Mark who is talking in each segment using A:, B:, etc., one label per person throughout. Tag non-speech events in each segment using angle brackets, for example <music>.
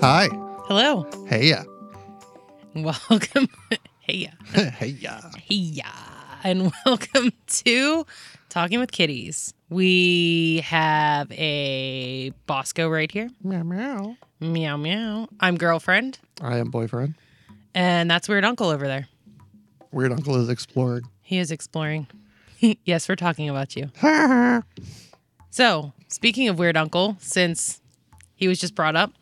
A: Hi.
B: Hello. <laughs>
A: Hey ya.
B: Welcome. hey ya.
A: hey ya.
B: Hey ya. And <laughs> welcome to Talking with Kitties. We have a Bosco right here.
A: Meow meow.
B: Meow meow. I'm girlfriend.
A: I am boyfriend.
B: And that's weird uncle over there.
A: Weird uncle is
B: <laughs>
A: exploring.
B: He is exploring. <laughs> yes, we're talking about you.
A: I
B: So, speaking of weird uncle, since he was just brought up,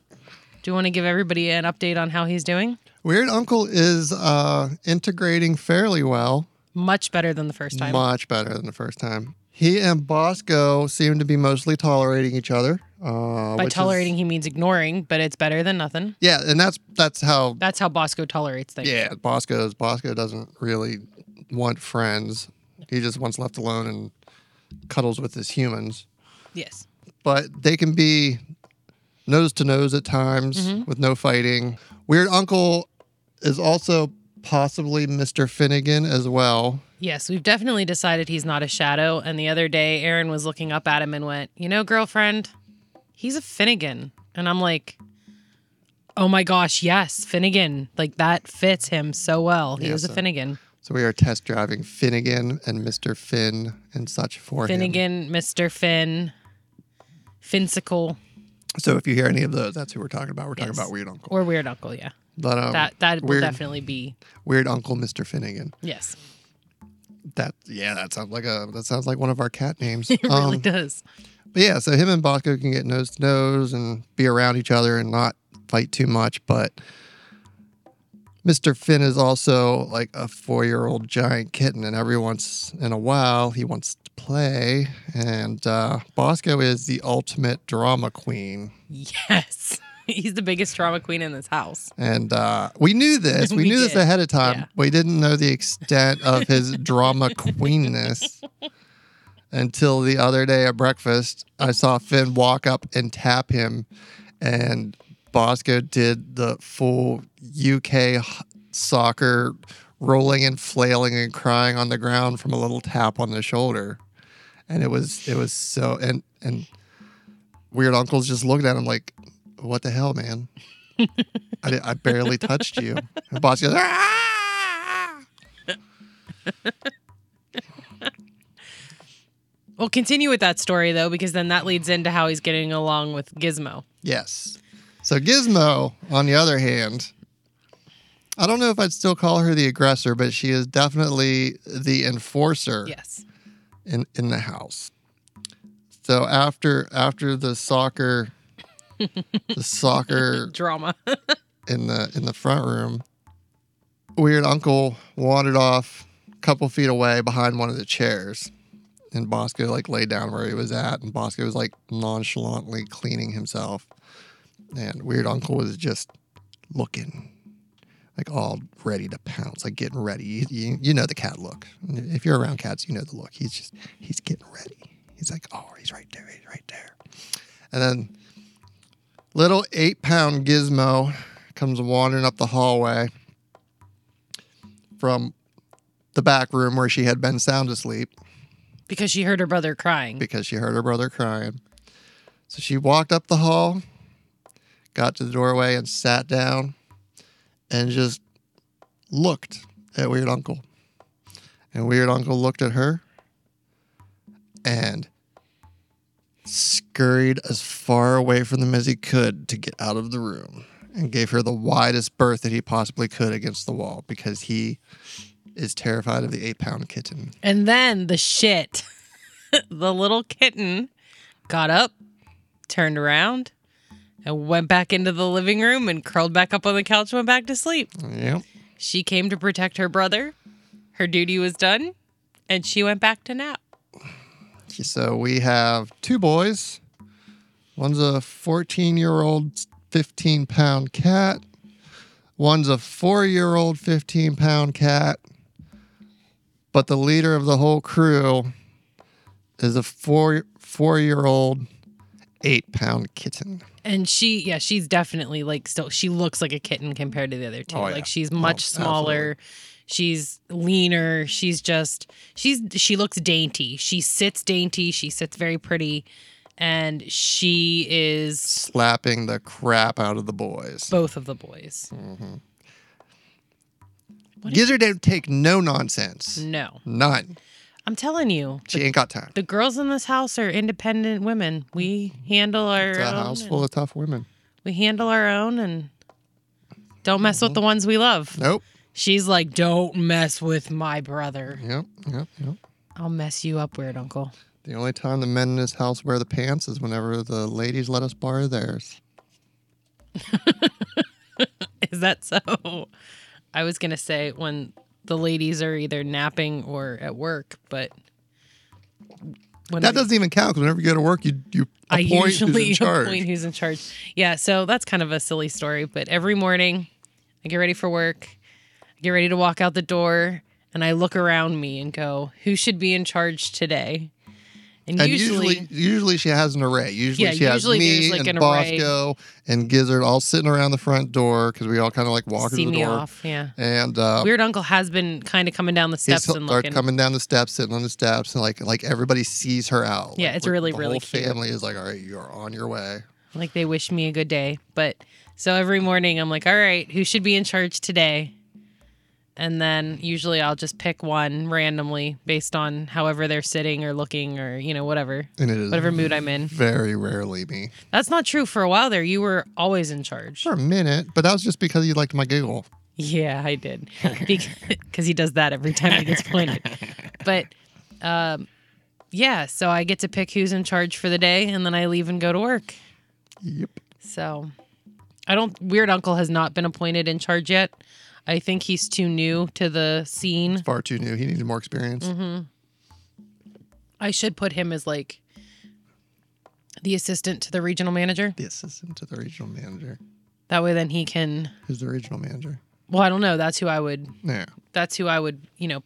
B: do you want to give everybody an update on how he's doing?
A: Weird Uncle is uh, integrating fairly well,
B: Much better than the first time.
A: much better than the first time. He and Bosco seem to be mostly tolerating each other. Uh,
B: By
A: which is-
B: tolerating, he means ignoring, but it's better than nothing.
A: yeah, and that's that's how.
B: That's how Bosco tolerates things.
A: Yeah, Bosco's Bosco doesn't really want friends. He just wants left alone and cuddles with his humans.
B: Yes.
A: but they can be nose to nose at times
B: Mm-hmm.
A: with no fighting. Weird Uncle is also possibly Mr. Finnegan as well.
B: Yes, we've definitely decided he's not a shadow. And the other day, Aaron was looking up at him and went, You know, girlfriend, he's a Finnegan. And I'm like, Oh my gosh, yes, Finnegan. Like that fits him so well. He
A: Yeah,
B: was a
A: so-
B: Finnegan.
A: So we are test driving Finnegan and Mr. Finn and such for him.
B: Finnegan, Mr. Finn, Finsicle,
A: So if you hear any of those, that's who we're talking about. We're talking
B: Yes.
A: about Weird Uncle.
B: or Weird Uncle. Yeah.
A: But um,
B: That, that will
A: Weird-
B: definitely be,
A: Weird Uncle Mr. Finnegan.
B: yes,
A: That yeah, that sounds like a that sounds like one of our cat names.
B: it <laughs> really
A: Um,
B: does.
A: But yeah, so him and Bosco can get nose to nose and be around each other and not fight too much. But Mr. Finn is also like a four year old giant kitten, and every once in a while he wants to play. And uh, Bosco is the ultimate drama queen.
B: Yes. <laughs> he's the biggest drama queen in this house.
A: And uh, we knew this. We,
B: <laughs> We
A: knew this
B: did,
A: ahead of time.
B: yeah.
A: We didn't know the extent of
B: <laughs>
A: his drama queenness until the other day at breakfast. I saw Finn walk up and tap him, and Bosco did the full UK h- soccer rolling and flailing and crying on the ground from a little tap on the shoulder. And it was it was so and and weird uncles just looked at him like, "What the hell, man?" I, di- I barely touched you. And boss goes, "Ah!"
B: We'll continue with that story though, because then that leads into how he's getting along with Gizmo.
A: Yes. So Gizmo, on the other hand, I don't know if I'd still call her the aggressor, but she is definitely the enforcer
B: Yes.
A: in, in the house. So after after the soccer, the
B: <laughs>
A: soccer
B: Drama.
A: in the in the front room. Weird uncle wandered off a couple feet away behind one of the chairs. And Bosco like lay down where he was at, and Bosco was like nonchalantly cleaning himself. And Weird Uncle was just looking, like all ready to pounce, like getting ready. You, you, you know the cat look. If you're around cats, you know the look. He's just he's getting ready. He's like, oh, he's right there, he's right there. And then little eight pound gizmo comes wandering up the hallway from the back room where she had been sound asleep
B: because she heard her brother crying.
A: because she heard her brother crying. So she walked up the hall, got to the doorway, and sat down and just looked at Weird Uncle. And Weird Uncle looked at her and scurried as far away from them as he could to get out of the room and gave her the widest berth that he possibly could against the wall because he is terrified of the eight pound kitten.
B: And then the shit. <laughs> the little kitten got up, turned around, and went back into the living room and curled back up on the couch, and went back to sleep.
A: Yep.
B: She came to protect her brother. Her duty was done, and she went back to nap.
A: So we have two boys. One's a 14 year old, 15 pound cat. One's a four year old, 15 pound cat. But the leader of the whole crew is a four four year old, eight pound kitten.
B: And she, yeah, she's definitely like still. She looks like a kitten compared to the other two.
A: Oh, yeah.
B: Like she's much
A: absolutely.
B: smaller. She's leaner. She's just she's she looks dainty. She sits dainty. She sits very pretty. and she is
A: slapping the crap out of the boys.
B: both of the boys. What Mm.
A: Gizzard don't take no nonsense.
B: No,
A: None.
B: I'm telling you,
A: She ain't got time.
B: the girls in this house are independent women. We handle our
A: It's a
B: own
A: house
B: and-
A: full of tough women.
B: we handle our own and don't mess
A: Mm-hmm.
B: with the ones we love.
A: Nope.
B: She's like, don't mess with my brother.
A: Yep. Yep. Yep.
B: I'll mess you up, weird uncle. <laughs>
A: The only time the men in this house wear the pants is whenever the ladies let us borrow theirs.
B: Is that so? <laughs> I was gonna say when the ladies are either napping or at work, but when
A: That doesn't even count because whenever you go to work, you you
B: I
A: appoint
B: usually <laughs>
A: who's in charge.
B: appoint who's in charge. Yeah, so that's kind of a silly story. But every morning, I get ready for work, I get ready to walk out the door, and I look around me and go, "Who should be in charge today?" And,
A: and
B: usually,
A: usually, usually she has an array. Usually,
B: Yeah,
A: she has
B: usually
A: me
B: there's, like,
A: and
B: an array.
A: Bosco and Gizzard all sitting around the front door because we all kind of like walk
B: see
A: through the
B: me
A: door.
B: off. Yeah,
A: And uh,
B: weird uncle has been kind of coming down the
A: He's
B: steps
A: start
B: and looking.
A: coming down the steps, sitting on the steps, and like like everybody sees her out.
B: Yeah,
A: Like,
B: it's
A: we're-
B: really,
A: the
B: really
A: whole
B: cute.
A: family is like, all right, you're on your way.
B: like they wish me a good day. But so every morning I'm like, all right, who should be in charge today? And then usually I'll just pick one randomly based on however they're sitting or looking or, you know, whatever,
A: And it is
B: whatever mood I'm in.
A: very rarely me
B: That's not true. For a while there, you were always in charge.
A: for a minute, but that was just because you liked my giggle.
B: Yeah, I did. <laughs> Because he does that every time he gets pointed. But um, yeah, so I get to pick who's in charge for the day and then I leave and go to work.
A: Yep.
B: So I don't Weird Uncle has not been appointed in charge yet. I think he's too new to the scene.
A: Far too new. He needed more experience.
B: Mm-hmm. I should put him as like the assistant to the regional manager.
A: The assistant to the regional manager.
B: That way then he can
A: Who's the regional manager?
B: well, I don't know, that's who I would
A: Yeah.
B: that's who I would, you know,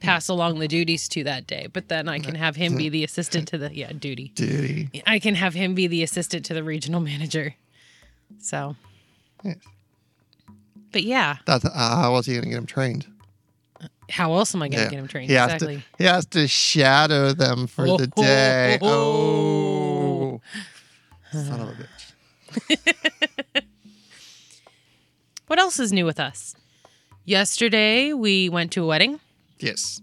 B: pass along the duties to that day. But then I can have him be the assistant to the yeah, duty.
A: Diddy.
B: I can have him be the assistant to the regional manager. So
A: Yes.
B: but yeah,
A: That's, uh, how else are you going to get him trained?
B: how else am I gonna
A: Yeah.
B: get him trained?
A: He has,
B: exactly.
A: to, he has to shadow them for the
B: <laughs> Oh.
A: day. Oh. Son of a bitch.
B: What else is new with us? Yesterday we went to a wedding.
A: Yes.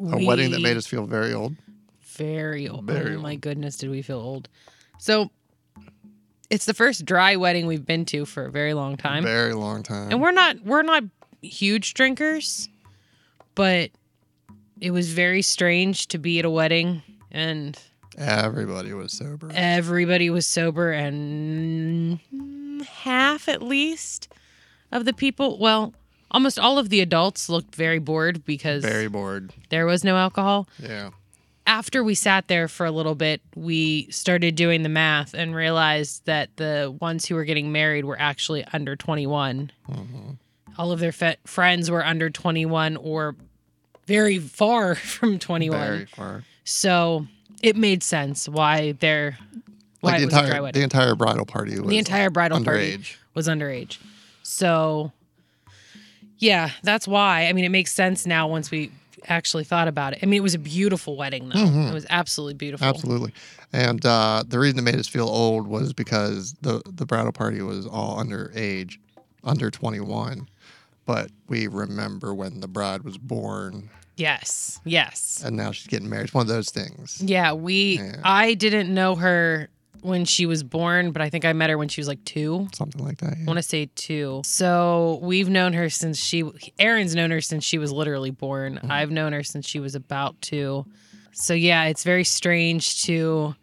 A: A wedding that made us feel very old.
B: very old.
A: very
B: oh my goodness, did we feel old? So it's the first dry wedding we've been to for a very long time.
A: very long time.
B: and we're not we're not huge drinkers, but it was very strange to be at a wedding and
A: Everybody was sober.
B: everybody was sober and half at least of the people, well, almost all of the adults looked very bored because
A: Very bored.
B: there was no alcohol.
A: Yeah.
B: After we sat there for a little bit, we started doing the math and realized that the ones who were getting married were actually under 21.
A: Mm-hmm.
B: All of their fe- friends were under 21 or very far <laughs> from 21.
A: Very far.
B: So it made sense why they're why
A: Like the
B: it was a dry
A: entire
B: wedding.
A: the entire bridal party was
B: The entire bridal party
A: underage.
B: was underage. So yeah, that's why. I mean, it makes sense now once we actually thought about it. I mean, it was a beautiful wedding though. It was absolutely beautiful.
A: Mm-hmm. Absolutely. And uh, the reason it made us feel old was because the the bridal party was all underage, under 21. But we remember when the bride was born
B: Yes. Yes.
A: and now she's getting married. It's one of those things.
B: Yeah, we
A: Yeah.
B: I didn't know her when she was born, but I think I met her when she was like 2.
A: Something like that.
B: I
A: Yeah.
B: want to say two. So we've known her since she, Erin's known her since she was literally born.
A: Mm-hmm.
B: I've known her since she was about two. So yeah, it's very strange to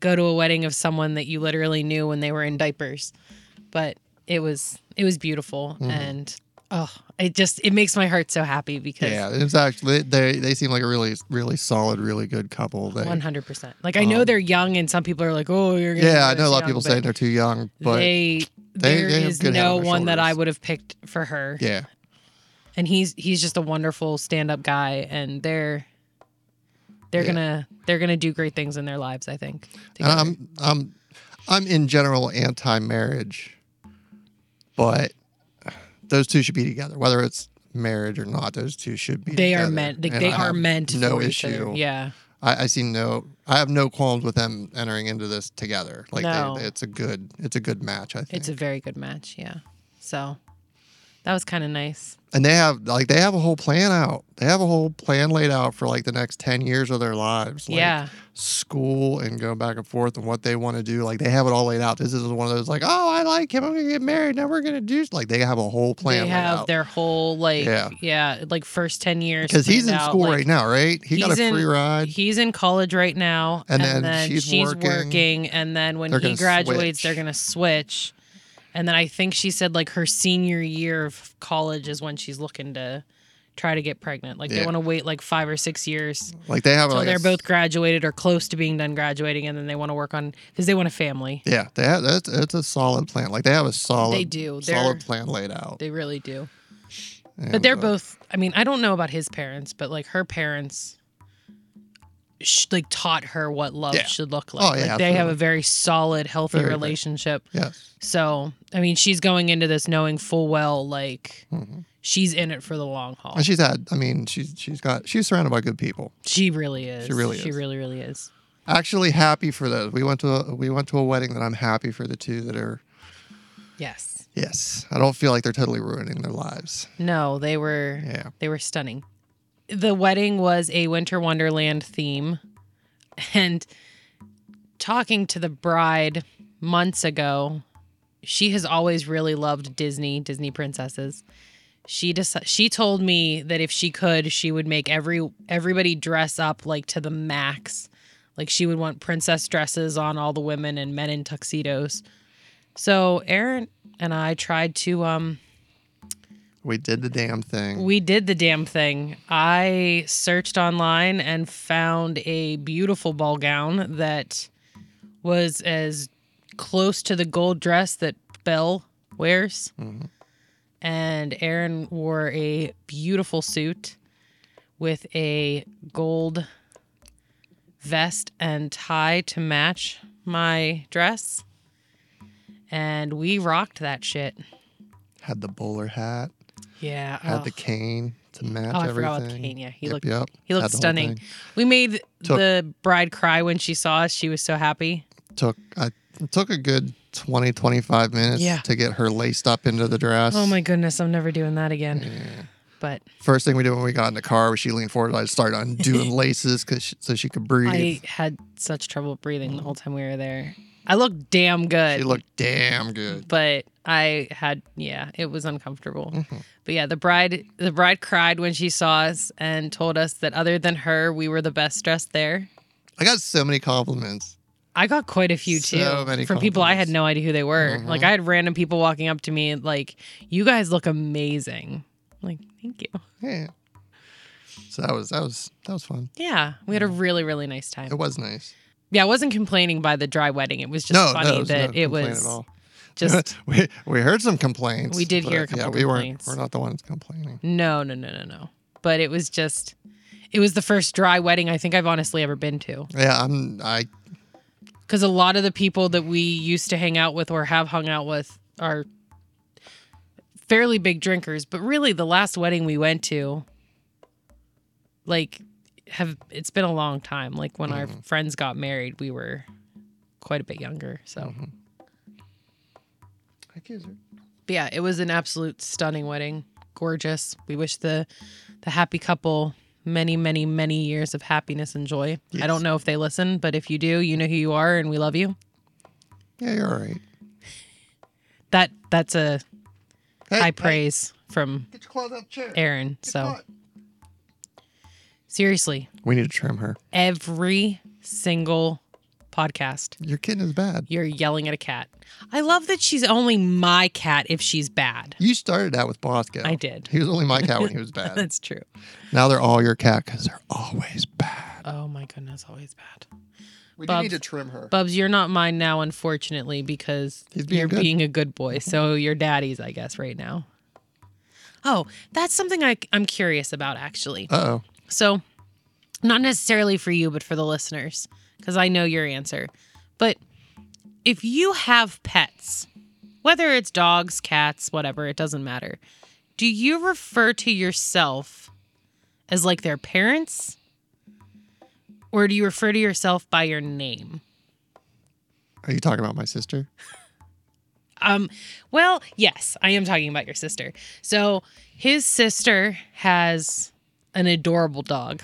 B: go to a wedding of someone that you literally knew when they were in diapers. But it was, it was beautiful.
A: Mm-hmm.
B: And oh, it just, it makes my heart so happy because
A: Yeah, it's actually they they seem like a really really solid, really good couple. They,
B: 100%. Like I know they're young and some people are like, oh, you're going to
A: Um, yeah, I know a lot of people say they're too young, but
B: they,
A: they-
B: there
A: they have
B: is
A: good head on
B: no
A: their
B: one that I
A: shoulders.
B: would have picked for her.
A: yeah,
B: and he's he's just a wonderful stand-up guy and they're they're
A: Yeah.
B: gonna they're gonna do great things in their lives i think together.
A: I'm I'm I'm in general anti-marriage, but those two should be together, whether it's marriage or not. Those two should be.
B: they are
A: together.
B: meant they,
A: And
B: they
A: I
B: are
A: have
B: meant
A: No
B: for each
A: issue.
B: other. yeah
A: I, I see no. I have no qualms with them entering into this together. Like
B: No.
A: they, it's a good, it's a good match. I think.
B: It's a very good match. Yeah. So that was kind of nice.
A: and they have like they have a whole plan out. They have a whole plan laid out for like the next ten years of their lives. Like,
B: yeah.
A: School and going back and forth and what they want to do. Like they have it all laid out. This is one of those like, oh, I like him. I'm gonna get married. Now we're gonna do. Like they have a whole plan.
B: They
A: laid
B: have
A: out.
B: their whole like
A: Yeah.
B: yeah, like first ten years
A: because he's in
B: planned out,
A: school
B: like,
A: right now, right? He got
B: he's
A: a
B: in-
A: free ride.
B: He's in college right now,
A: And
B: and,
A: then
B: then,
A: she's
B: she's,
A: working.
B: working. and then when
A: They're gonna
B: he graduates,
A: switch.
B: they're gonna switch. And then I think she said like her senior year of college is when she's looking to try to get pregnant. Like
A: Yeah.
B: they want to wait like five or six years
A: like they have
B: till
A: like a
B: they're
A: s-
B: both graduated or close to being done graduating, and then they want to work on because they want a family.
A: Yeah, they have, that's it's a solid plan. Like they have a solid
B: They do. They're-
A: solid plan laid out.
B: They really do.
A: And,
B: But they're
A: uh,
B: both. I mean, I don't know about his parents, but like her parents, sh- like taught her what love
A: Yeah.
B: should look
A: Oh,
B: like.
A: yeah,
B: like they have
A: absolutely.
B: a very solid, healthy
A: Very, very-
B: relationship.
A: yes.
B: So I mean, she's going into this knowing full well, like
A: Mhm.
B: she's in it for the long haul.
A: And she's had I mean she's she's got she's surrounded by good people.
B: She really is.
A: She really
B: She
A: is.
B: really, really is.
A: Actually happy for those. We went to a, we went to a wedding that I'm happy for the two that are
B: Yes.
A: yes. I don't feel like they're totally ruining their lives.
B: No, they were.
A: Yeah.
B: They were stunning. The wedding was a winter wonderland theme. And talking to the bride months ago, she has always really loved Disney, Disney princesses. She deci- she told me that if she could, she would make every everybody dress up like to the max. Like she would want princess dresses on all the women and men in tuxedos. So Aaron and I tried to um
A: We did the damn thing.
B: we did the damn thing. I searched online and found a beautiful ball gown that was as close to the gold dress that Belle wears.
A: Mhm.
B: And Aaron wore a beautiful suit with a gold vest and tie to match my dress. And we rocked that shit.
A: had the bowler hat,
B: Yeah.
A: had
B: oh.
A: the cane to match
B: Oh, I
A: everything.
B: forgot about the cane. Yeah, he
A: Yep,
B: looked
A: yep.
B: he
A: Had
B: looked
A: the whole
B: stunning.
A: thing.
B: We made
A: Took-
B: the bride cry when she saw us. She was so happy.
A: Took I it took a good 20 25 minutes
B: Yeah.
A: to get her laced up into the dress.
B: Oh my goodness, I'm never doing that again. But
A: First thing we did when we got in the car was she leaned forward. I started
B: <laughs>
A: undoing laces cause she, so she could breathe.
B: I had such trouble breathing the whole time we were there. I looked damn good,
A: she looked damn good.
B: but I had yeah, it was uncomfortable.
A: Mm-hmm.
B: But yeah, the bride the bride cried when she saw us and told us that other than her, we were the best dressed there.
A: I got so many compliments.
B: I got quite a few too
A: So many
B: from people I
A: compliments. Uh-huh.
B: had no idea who they were. Like I had random people walking up to me like, "You guys look amazing." I'm like, thank you.
A: Yeah. So that was that was that was fun.
B: Yeah, we had a really really nice
A: It
B: time.
A: was nice.
B: Yeah, I wasn't complaining by the dry wedding. It was just
A: no,
B: funny
A: no, was
B: that
A: no
B: it
A: complaint
B: was
A: at all.
B: <laughs>
A: <laughs>
B: just
A: we we heard some complaints.
B: We did
A: but,
B: hear a couple
A: yeah, we
B: complaints.
A: weren't we're not the ones complaining.
B: no no no no no. But it was just it was the first dry wedding I think I've honestly ever been to.
A: Yeah, I'm I
B: because a lot of the people that we used to hang out with or have hung out with are fairly big drinkers but really the last wedding we went to like have it's been a long time like when our friends got married we were quite a bit younger so
A: I kiss her.
B: but yeah it was an absolute stunning wedding gorgeous we wish the the happy couple many many many years of happiness and joy i
A: Yes.
B: don't know if they listen but if you do you know who you are and we love you
A: Yeah, you're all right.
B: that that's a
A: Hey,
B: high
A: hey,
B: praise from
A: Get your claws out of the chair.
B: Aaron.
A: Get
B: So
A: caught.
B: seriously,
A: we need to trim her.
B: every single podcast,
A: Your kitten is bad.
B: you're yelling at a cat. I love that she's only my cat if she's bad. <laughs>
A: You started out with Bosco.
B: I did.
A: He was only my cat when he was bad.
B: <laughs> That's true.
A: Now they're all your cat because they're always bad.
B: Oh my goodness, always bad.
A: We
B: do need to
A: trim her.
B: Bubs, you're not mine now, unfortunately, because
A: He's being
B: you're
A: good.
B: being a good boy. So your daddy's, I guess, right now. Oh, that's something I, I'm curious about, actually.
A: Uh oh.
B: So, not necessarily for you, but for the listeners, because I know your answer. But if you have pets, whether it's dogs, cats, whatever, it doesn't matter, do you refer to yourself as like their parents, Or do you refer to yourself by your name?
A: Are you talking about my sister?
B: Um, well, yes, I am talking about your sister. So his sister has an adorable dog.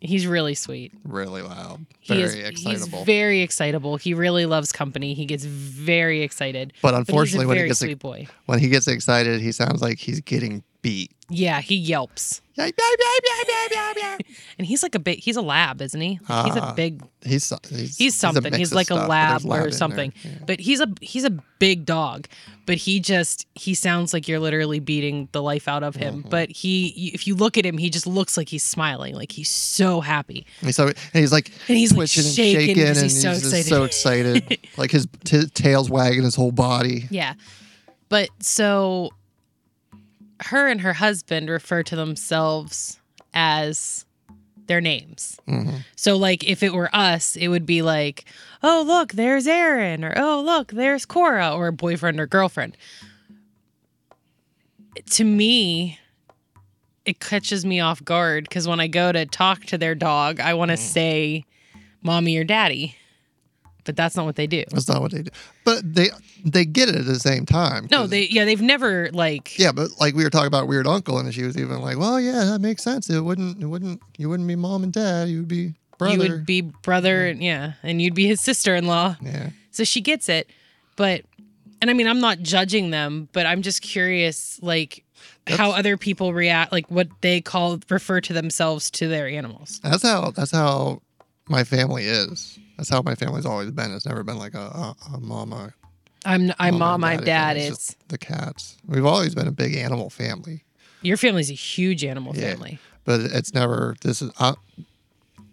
B: He's really sweet.
A: Really loud,
B: He
A: very
B: is-
A: excitable.
B: He's very excitable. He really loves company. He gets very excited.
A: but
B: But he's
A: unfortunately,
B: a
A: when
B: very
A: he gets
B: sweet boy.
A: when he gets excited, he sounds like he's getting beat.
B: Yeah, he yelps.
A: Yay, yay, yay, yay, yay, yay, yay.
B: And he's like a big he's a lab, isn't he? Like, he's a
A: Ah.
B: big
A: He's so- he's
B: he's something.
A: mix
B: He's,
A: of
B: like
A: stuff,
B: a
A: but
B: lab,
A: there's in
B: or
A: there.
B: something.
A: Yeah.
B: But he's a he's a big dog. But he just he sounds like you're literally beating the life out of
A: Mm-hmm.
B: him. But he if you look at him, he just looks like he's smiling, like he's so happy.
A: And so and he's like
B: And he's, like,
A: twitching
B: shaking
A: and shaking, and
B: because
A: he's,
B: he's so
A: just so excited.
B: <laughs>
A: like his t- tail's wagging his whole body.
B: Yeah. But so her and her husband refer to themselves as their names.
A: Mhm.
B: So like if it were us, it would be like, "Oh, look, there's Aaron," or "Oh, look, there's Cora," or boyfriend or girlfriend. To me, it catches me off guard cuz when I go to talk to their dog, I want to say mommy or daddy. But that's not what they do.
A: That's not what they do. But they they get it at the same time.
B: No,
A: 'cause-
B: they yeah, they've never like
A: Yeah, but like we were talking about Weird Uncle, and she was even like, "Well, yeah, that makes sense. It wouldn't, it wouldn't, you wouldn't be mom and dad. You would be brother."
B: You would be brother, and yeah, and you'd be his sister in law.
A: yeah,
B: So she gets it, but, and I mean, I'm not judging them, but I'm just curious, like, how
A: That's-
B: other people react, like what they call refer to themselves to their animals.
A: that's how that's how my family is. That's how my family's always been. It's never been like a, a, a mama.
B: I'm,
A: mama
B: I'm mom,
A: and
B: my
A: thing.
B: dad. It's,
A: just the cats. We've always been a big animal family,
B: your family's a huge animal
A: Yeah.
B: family.
A: but it's never. This is uh,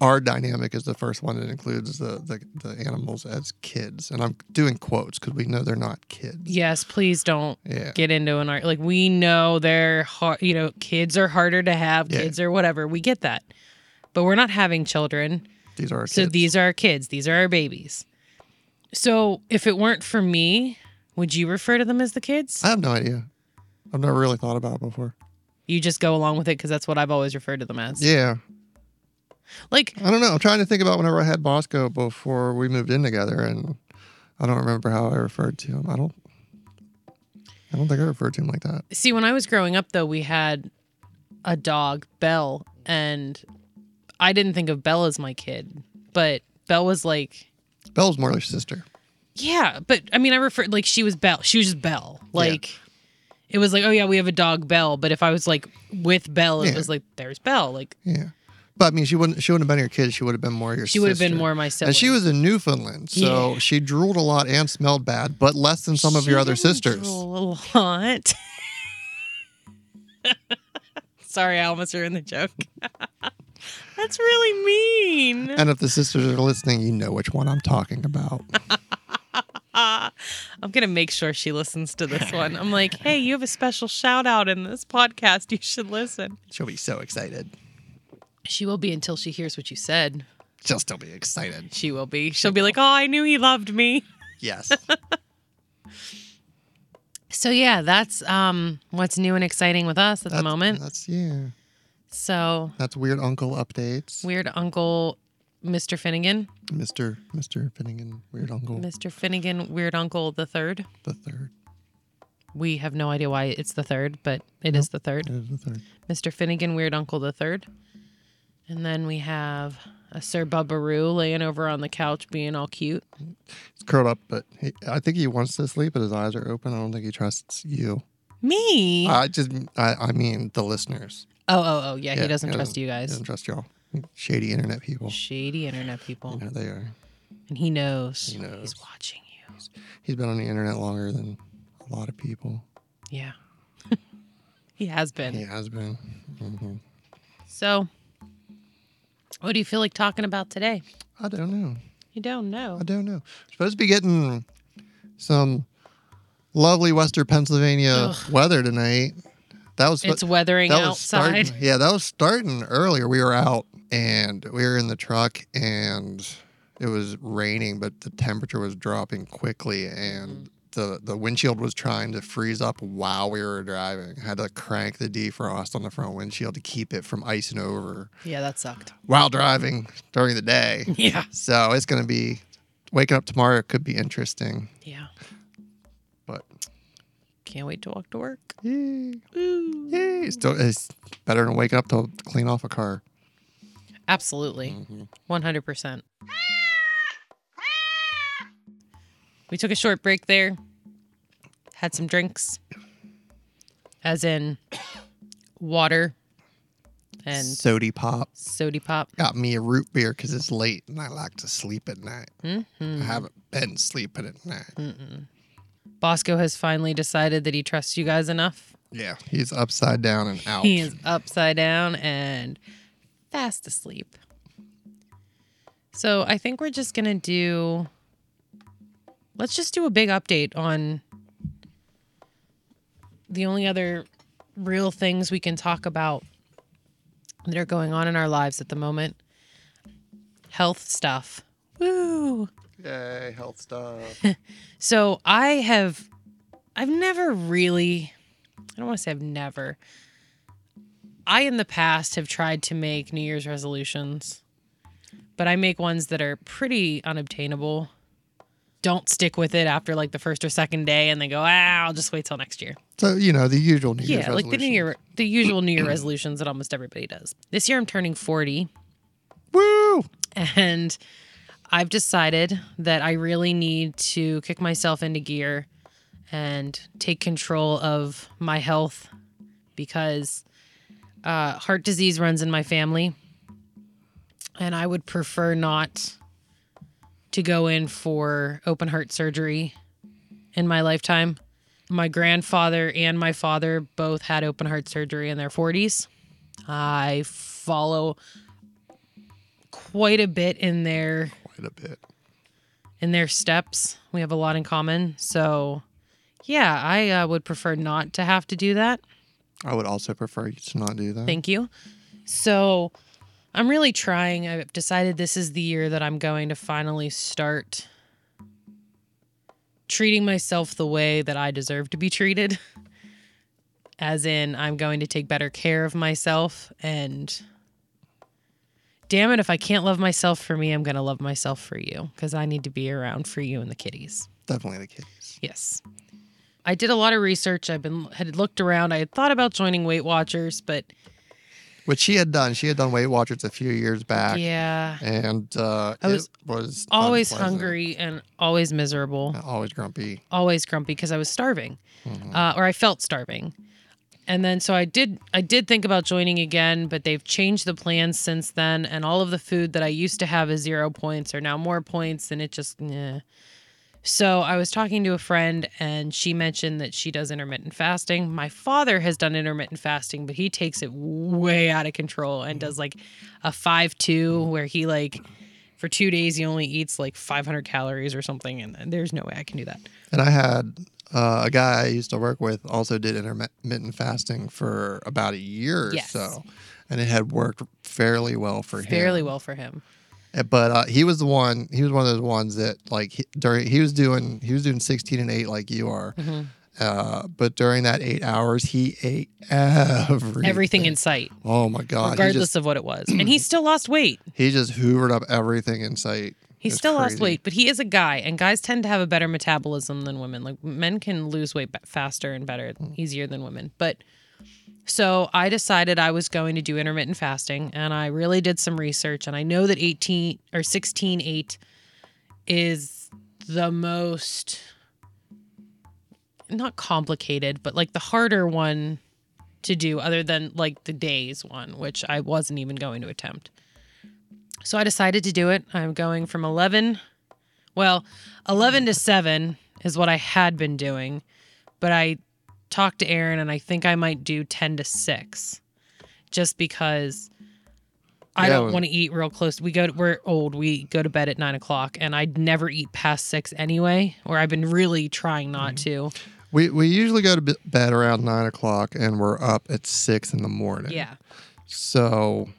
A: our dynamic is the first one that includes the the, the animals as kids, and I'm doing quotes because we know they're not kids.
B: Yes, please don't
A: Yeah.
B: get into an art. Like we know they're hard. You know, kids are harder to have.
A: Yeah.
B: Kids or whatever. We get that, but we're not having children.
A: These are our
B: So
A: kids.
B: these are our kids. These are our babies. So if it weren't for me, would you refer to them as the kids?
A: I have no idea. I've never really thought about it before.
B: you just go along with it because that's what I've always referred to them as.
A: Yeah.
B: Like,
A: I don't know. I'm trying to think about whenever I had Bosco before we moved in together and I don't remember how I referred to him. I don't I don't think I referred to him like that.
B: see, when I was growing up, though, we had a dog, Belle, and I didn't think of Belle as my kid, but Belle was like,
A: Belle's Marley's sister.
B: yeah, but I mean, I referred, like, she was Belle. She was just Belle. Like, it was like, oh, yeah, we have a dog, Belle. But if I was like with Belle, it
A: Yeah.
B: was like, there's Belle. Like,
A: Yeah. But I mean she wouldn't she wouldn't have been your kid, she would have been more your
B: she would have been
A: sister.
B: more my sibling.
A: and she was in Newfoundland, so
B: Yeah.
A: she drooled a lot and smelled bad, but less than some of
B: She
A: your other
B: didn't
A: sisters.
B: drool A lot. <laughs> Sorry, I almost ruined the joke. <laughs> That's really mean.
A: And if the sisters are listening, you know which one I'm talking about. <laughs>
B: Ah, I'm gonna make sure she listens to this one. I'm like, hey, you have a special shout out in this podcast. You should listen.
A: She'll be so excited.
B: She will be until she hears what you said.
A: She'll still be excited.
B: She will be. She'll be like, oh, I knew he loved me. <laughs>
A: Yes.
B: So yeah, that's um what's new and exciting with us at the
A: That's-
B: moment.
A: That's yeah.
B: So
A: That's weird uncle updates.
B: weird uncle Mr. Finnegan.
A: Mr. Mr. Finnegan, weird uncle
B: Mr. Finnegan, Weird Uncle the Third.
A: the third.
B: We have no idea why it's the third, but it is the third.
A: It is the third.
B: Mr. Finnegan, Weird Uncle the Third. And then we have a Sir Bubbaroo laying over on the couch being all cute.
A: He's curled up, but he, I think he wants to sleep, but his eyes are open. I don't think he trusts you.
B: Me?
A: I just, I, I mean, the listeners.
B: oh, oh, oh, yeah,
A: Yeah,
B: he doesn't
A: yeah,
B: trust you
A: I
B: guys.
A: don't trust y'all. Shady internet people.
B: Shady internet people.
A: You know, they are.
B: And he knows.
A: He knows.
B: He's watching you.
A: He's been on the internet longer than a lot of people.
B: Yeah. <laughs> he has been.
A: He has been. hmm
B: So, what do you feel like talking about today?
A: I don't know.
B: You don't know.
A: I don't know. We're supposed to be getting some lovely Western Pennsylvania weather tonight. That was
B: It's weathering
A: that was
B: outside.
A: starting. Yeah, that was starting earlier. We were out and we were in the truck and it was raining, but the temperature was dropping quickly and
B: Mm-hmm.
A: the the windshield was trying to freeze up while we were driving. I had to crank the defrost on the front windshield to keep it from icing over
B: Yeah, that sucked.
A: while driving during the day.
B: <laughs> Yeah.
A: So it's gonna be waking up tomorrow could be interesting,
B: Yeah.
A: but
B: Can't wait to walk to work.
A: yay,
B: Woo.
A: yay, it's still it's better than waking up to clean off a car.
B: Absolutely.
A: Mhm.
B: 100%. We took a short break there, had some drinks, as in water and
A: Sody pop
B: sody pop.
A: got me a root beer because it's late and I like to sleep at night. I
B: Mhm.
A: haven't been sleeping at night.
B: Mm. Bosco has finally decided that he trusts you guys enough.
A: Yeah, he's upside down and out.
B: He is upside down and fast asleep. So I think we're just gonna do. Let's just do a big update on the only other real things we can talk about that are going on in our lives at the moment. Health stuff. Woo!
A: Yay, health stuff.
B: So I have, I've never really, I don't want to say I've never, I in the past have tried to make New Year's resolutions, but I make ones that are pretty unobtainable. Don't stick with it after like the first or second day and then go, ah, I'll just wait till next year.
A: so you know the usual New Year's
B: yeah, like the New
A: resolution.
B: Year, the usual New Year resolutions that almost everybody does. This year I'm turning 40
A: Woo!
B: and I've decided that I really need to kick myself into gear and take control of my health because uh, heart disease runs in my family, and I would prefer not to go in for open heart surgery in my lifetime. My grandfather and my father both had open heart surgery in their 40s. I follow quite a bit in their
A: Quite a bit.
B: in their steps. We have a lot in common. So, yeah, I uh, would prefer not to have to do that.
A: I would also prefer you to not do that.
B: Thank you. So, I'm really trying. I've decided this is the year that I'm going to finally start treating myself the way that I deserve to be treated. <laughs> As in, I'm going to take better care of myself and damn it if I can't love myself for me, I'm going to love myself for you cuz I need to be around for you and the kitties.
A: Definitely the kids.
B: Yes. I did a lot of research. I've been had looked around. I had thought about joining Weight Watchers, but
A: Which she had done. She had done Weight Watchers a few years back.
B: yeah,
A: And uh,
B: I was
A: it was
B: always
A: unpleasant.
B: hungry and always miserable,
A: Always grumpy.
B: always grumpy because I was starving, uh, or I felt starving. And then so I did. I did think about joining again, but they've changed the plans since then, and all of the food that I used to have as zero points are now more points, and it just. Nah. So I was talking to a friend and she mentioned that she does intermittent fasting. My father has done intermittent fasting, but he takes it way out of control and does like a 5-2 where he like for 2 days he only eats like 500 calories or something and uh, there's no way I can do that.
A: And I had uh, a guy I used to work with also did intermittent fasting for about a year or
B: Yes.
A: so. And it had worked fairly well for him.
B: Fairly well for him.
A: Uh, But uh, he was the one. He was one of those ones that like he, during he was doing he was doing sixteen and eight like you are.
B: Mm-hmm.
A: Uh, but during that eight hours, he ate everything.
B: Everything in sight,
A: Oh my god! He
B: regardless
A: just
B: of what it was. And he still lost weight.
A: he just hoovered up everything in sight.
B: He
A: It's
B: still lost
A: crazy.
B: weight, but he is a guy, and guys tend to have a better metabolism than women. Like men can lose weight ba- faster and better, easier than women. But so I decided I was going to do intermittent fasting, and I really did some research, and I know that 18 or 16 8 is the most not complicated, but like the harder one to do, other than like the days one, which I wasn't even going to attempt. So I decided to do it. I'm going from 11, well, 11 to 7 is what I had been doing, but I talked to Aaron and I think I might do 10 to 6 just because I
A: Yeah,
B: don't
A: well-
B: want to eat real close. We go to, we're old. We go to bed at nine o'clock and I'd never eat past six anyway, or I've been really trying not
A: Mm-hmm.
B: to.
A: We we usually go to b- bed around nine o'clock, and we're up at six in the morning.
B: Yeah.
A: So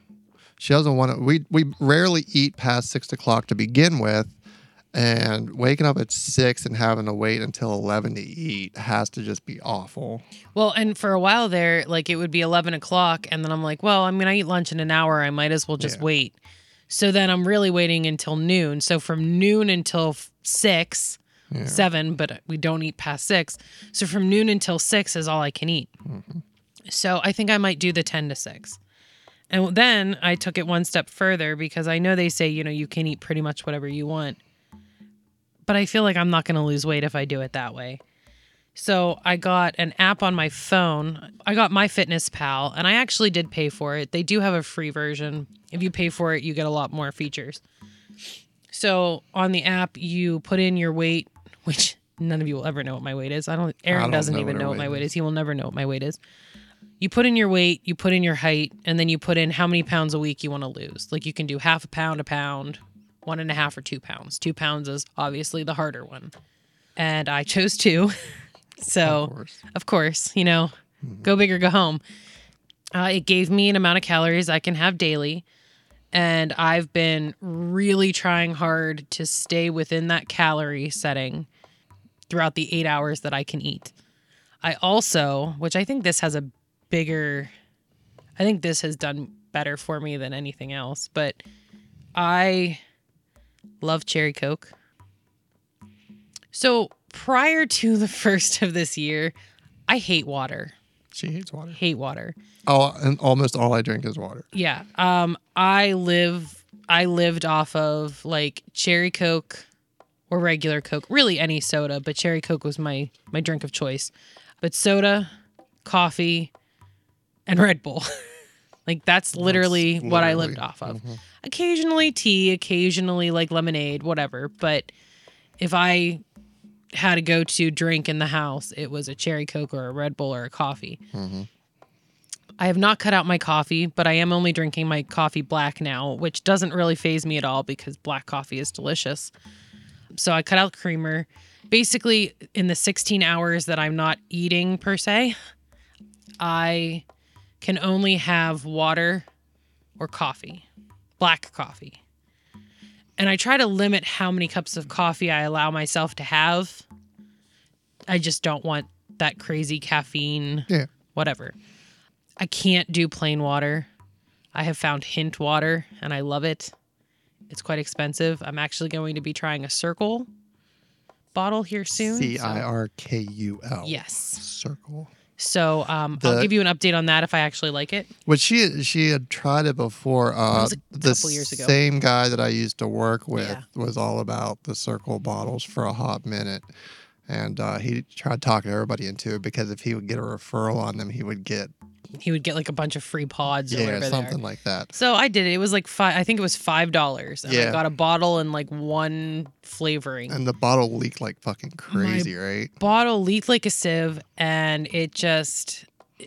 A: she doesn't want to. We we rarely eat past six o'clock to begin with, And waking up at six and having to wait until 11 to eat has to just be awful.
B: Well, and for a while there, like it would be 11 o'clock. And then I'm like, well, I'm going to eat lunch in an hour. I might as well just
A: Yeah.
B: wait. So then I'm really waiting until noon. So from noon until f- six,
A: Yeah.
B: seven, but we don't eat past six. So from noon until six is all I can eat.
A: Mm-hmm.
B: So I think I might do the 10 to six. And then I took it one step further because I know they say, you know, you can eat pretty much whatever you want. But I feel like I'm not going to lose weight if I do it that way. So I got an app on my phone. I got my Fitness Pal, and I actually did pay for it. They do have a free version. If you pay for it, you get a lot more features. So on the app, you put in your weight, <laughs> which none of you will ever know what my weight is. I don't. Aaron
A: I don't
B: doesn't
A: know
B: even
A: what her
B: know what my
A: weight
B: weight
A: is.
B: is. He will never know what my weight is. You put in your weight, you put in your height, and then you put in how many pounds a week you want to lose. Like you can do half a pound, a pound, one and a half, or two pounds. Two pounds is obviously the harder one. And I chose two. <laughs> so
A: Of course. Mm-hmm.
B: of course, you know, go big or go home. Uh, it gave me an amount of calories I can have daily. And I've been really trying hard to stay within that calorie setting throughout the eight hours that I can eat. I also, which I think this has a bigger, I think this has done better for me than anything else, but I love Cherry Coke. So prior to the <laughs> first of this year, I hate water.
A: She hates water.
B: Hate water.
A: All, and almost all I drink is water.
B: Yeah. Um I live I lived off of like cherry coke or regular coke, really any soda, but cherry coke was my my drink of choice. But soda, coffee, and Red Bull. <laughs> like that's literally what I lived
A: literally- Mm-hmm.
B: off of. Occasionally tea, occasionally like lemonade, whatever, but if I had a go to drink in the house, it was a cherry coke or a Red Bull or a coffee. I have not cut out my coffee, but I am only drinking my coffee black now, which doesn't really phase me at all because black coffee is delicious. So I cut out creamer. Basically, in the 16 hours that I'm not eating per se, I can only have water or coffee, black coffee. And I try to limit how many cups of coffee I allow myself to have. I just don't want that crazy caffeine,
A: Yeah.
B: whatever. I can't do plain water. I have found hint water and I love it. It's quite expensive. I'm actually going to be trying a circle bottle here soon. so-
A: C I R K U L.
B: Yes.
A: Circle.
B: So um, I'll
A: The-
B: give you an update on that if I actually like it.
A: Which she she had tried it before. Uh,
B: was a
A: the
B: couple years ago.
A: same guy that I used to work with
B: Yeah.
A: was all about the circle bottles for a hot minute, and uh, he tried talking everybody into it because if he would get a referral on them, he would get
B: He would get like a bunch of free pods or
A: yeah
B: whatever. they are.
A: something like that.
B: So I did it. It was like five. I think it was five dollars, and I
A: Yeah.
B: got a bottle and like one flavoring.
A: And the bottle leaked like fucking
B: Oh
A: crazy, right?
B: bottle leaked like a sieve, and it just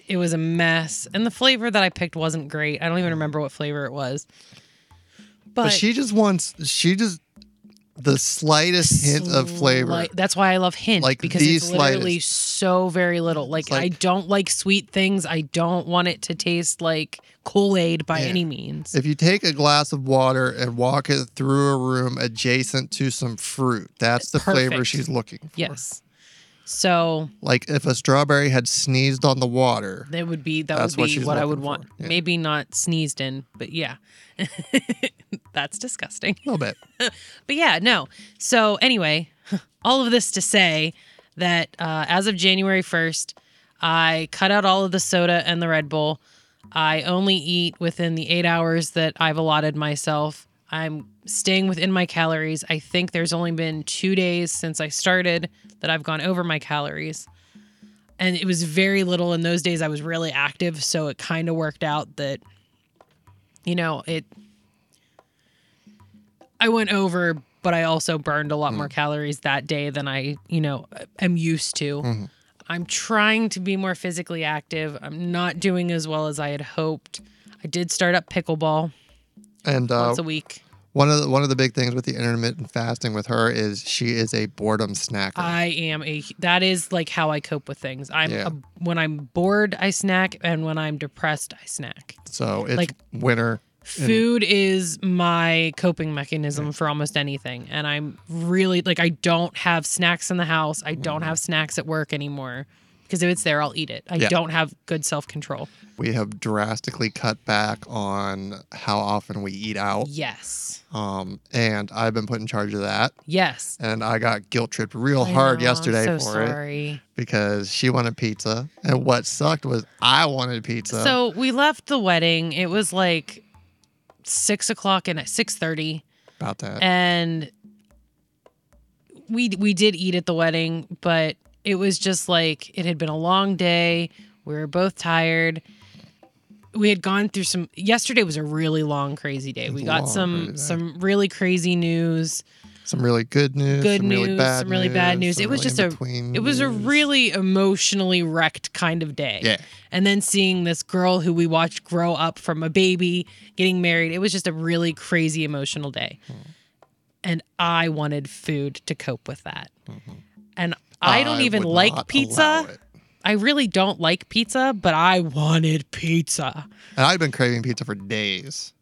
B: it was a mess. And the flavor that I picked wasn't great. I don't even remember what flavor it was. But,
A: But, she just wants she just the slightest hint of flavor.
B: Slight- that's why I love hint
A: Like
B: because
A: the
B: it's literally
A: slightest.
B: so very little. Like,
A: It's like-
B: I don't like sweet things. I don't want it to taste like Kool Aid by
A: Yeah.
B: any means.
A: If you take a glass of water and walk it through a room adjacent to some fruit, that's the flavor
B: Perfect.
A: she's looking for.
B: yes. So
A: Like if a strawberry had sneezed on the water,
B: that would be that
A: That's
B: would
A: what
B: be
A: she's
B: what, I would
A: looking
B: want.
A: for. Yeah.
B: Maybe not sneezed in, but yeah. <laughs> That's disgusting.
A: a little bit.
B: But yeah, no. So anyway, <laughs> all of this to say that uh, as of January 1st, I cut out all of the soda and the Red Bull. I only eat within the eight hours that I've allotted myself. I'm staying within my calories. I think there's only been two days since I started that I've gone over my calories. And it was very little. In those days, I was really active. So it kind of worked out that, you know, it I went over, but I also burned a lot more calories that day than I, you know, am used to. I'm trying to be more physically active. I'm not doing as well as I had hoped. I did start up pickleball
A: And uh,
B: once a week.
A: one of the, one of the big things with the intermittent fasting with her is she is a boredom snacker.
B: I am a that is like how I cope with things. I'm
A: Yeah.
B: a, when I'm bored, I snack, and when I'm depressed, I snack.
A: so it's
B: like-
A: winter.
B: Food is my coping mechanism for almost anything. And I'm really like, I don't have snacks in the house. I don't
A: Mm-hmm.
B: have snacks at work anymore because if it's there, I'll eat it. I
A: Yeah.
B: don't have good self control.
A: We have drastically cut back on how often we eat out.
B: Yes.
A: Um, and I've been put in charge of that.
B: Yes.
A: And I got guilt tripped real
B: I
A: hard
B: know, I'm
A: yesterday
B: so
A: for it
B: sorry.
A: because she wanted pizza. And what sucked was I wanted pizza.
B: So we left the wedding. It was like six o'clock and at six thirty,
A: about that.
B: and we we did eat at the wedding, but it was just like it had been a long day. We were both tired. We had gone through some. Yesterday was a really long, crazy day. We got
A: Long,
B: some
A: crazy day.
B: some really crazy news.
A: some really good news.
B: Good
A: some really
B: news,
A: bad
B: some really bad news.
A: some
B: It was
A: really
B: just a-
A: in-between
B: It was a
A: news.
B: really emotionally wrecked kind of day.
A: yeah.
B: and then seeing this girl who we watched grow up from a baby getting married it was just a really crazy emotional day
A: Hmm.
B: and i wanted food to cope with that and i don't even
A: Mm-hmm. would
B: like
A: not
B: pizza
A: allow it.
B: i really don't like pizza but i wanted pizza
A: And I've been craving pizza for days.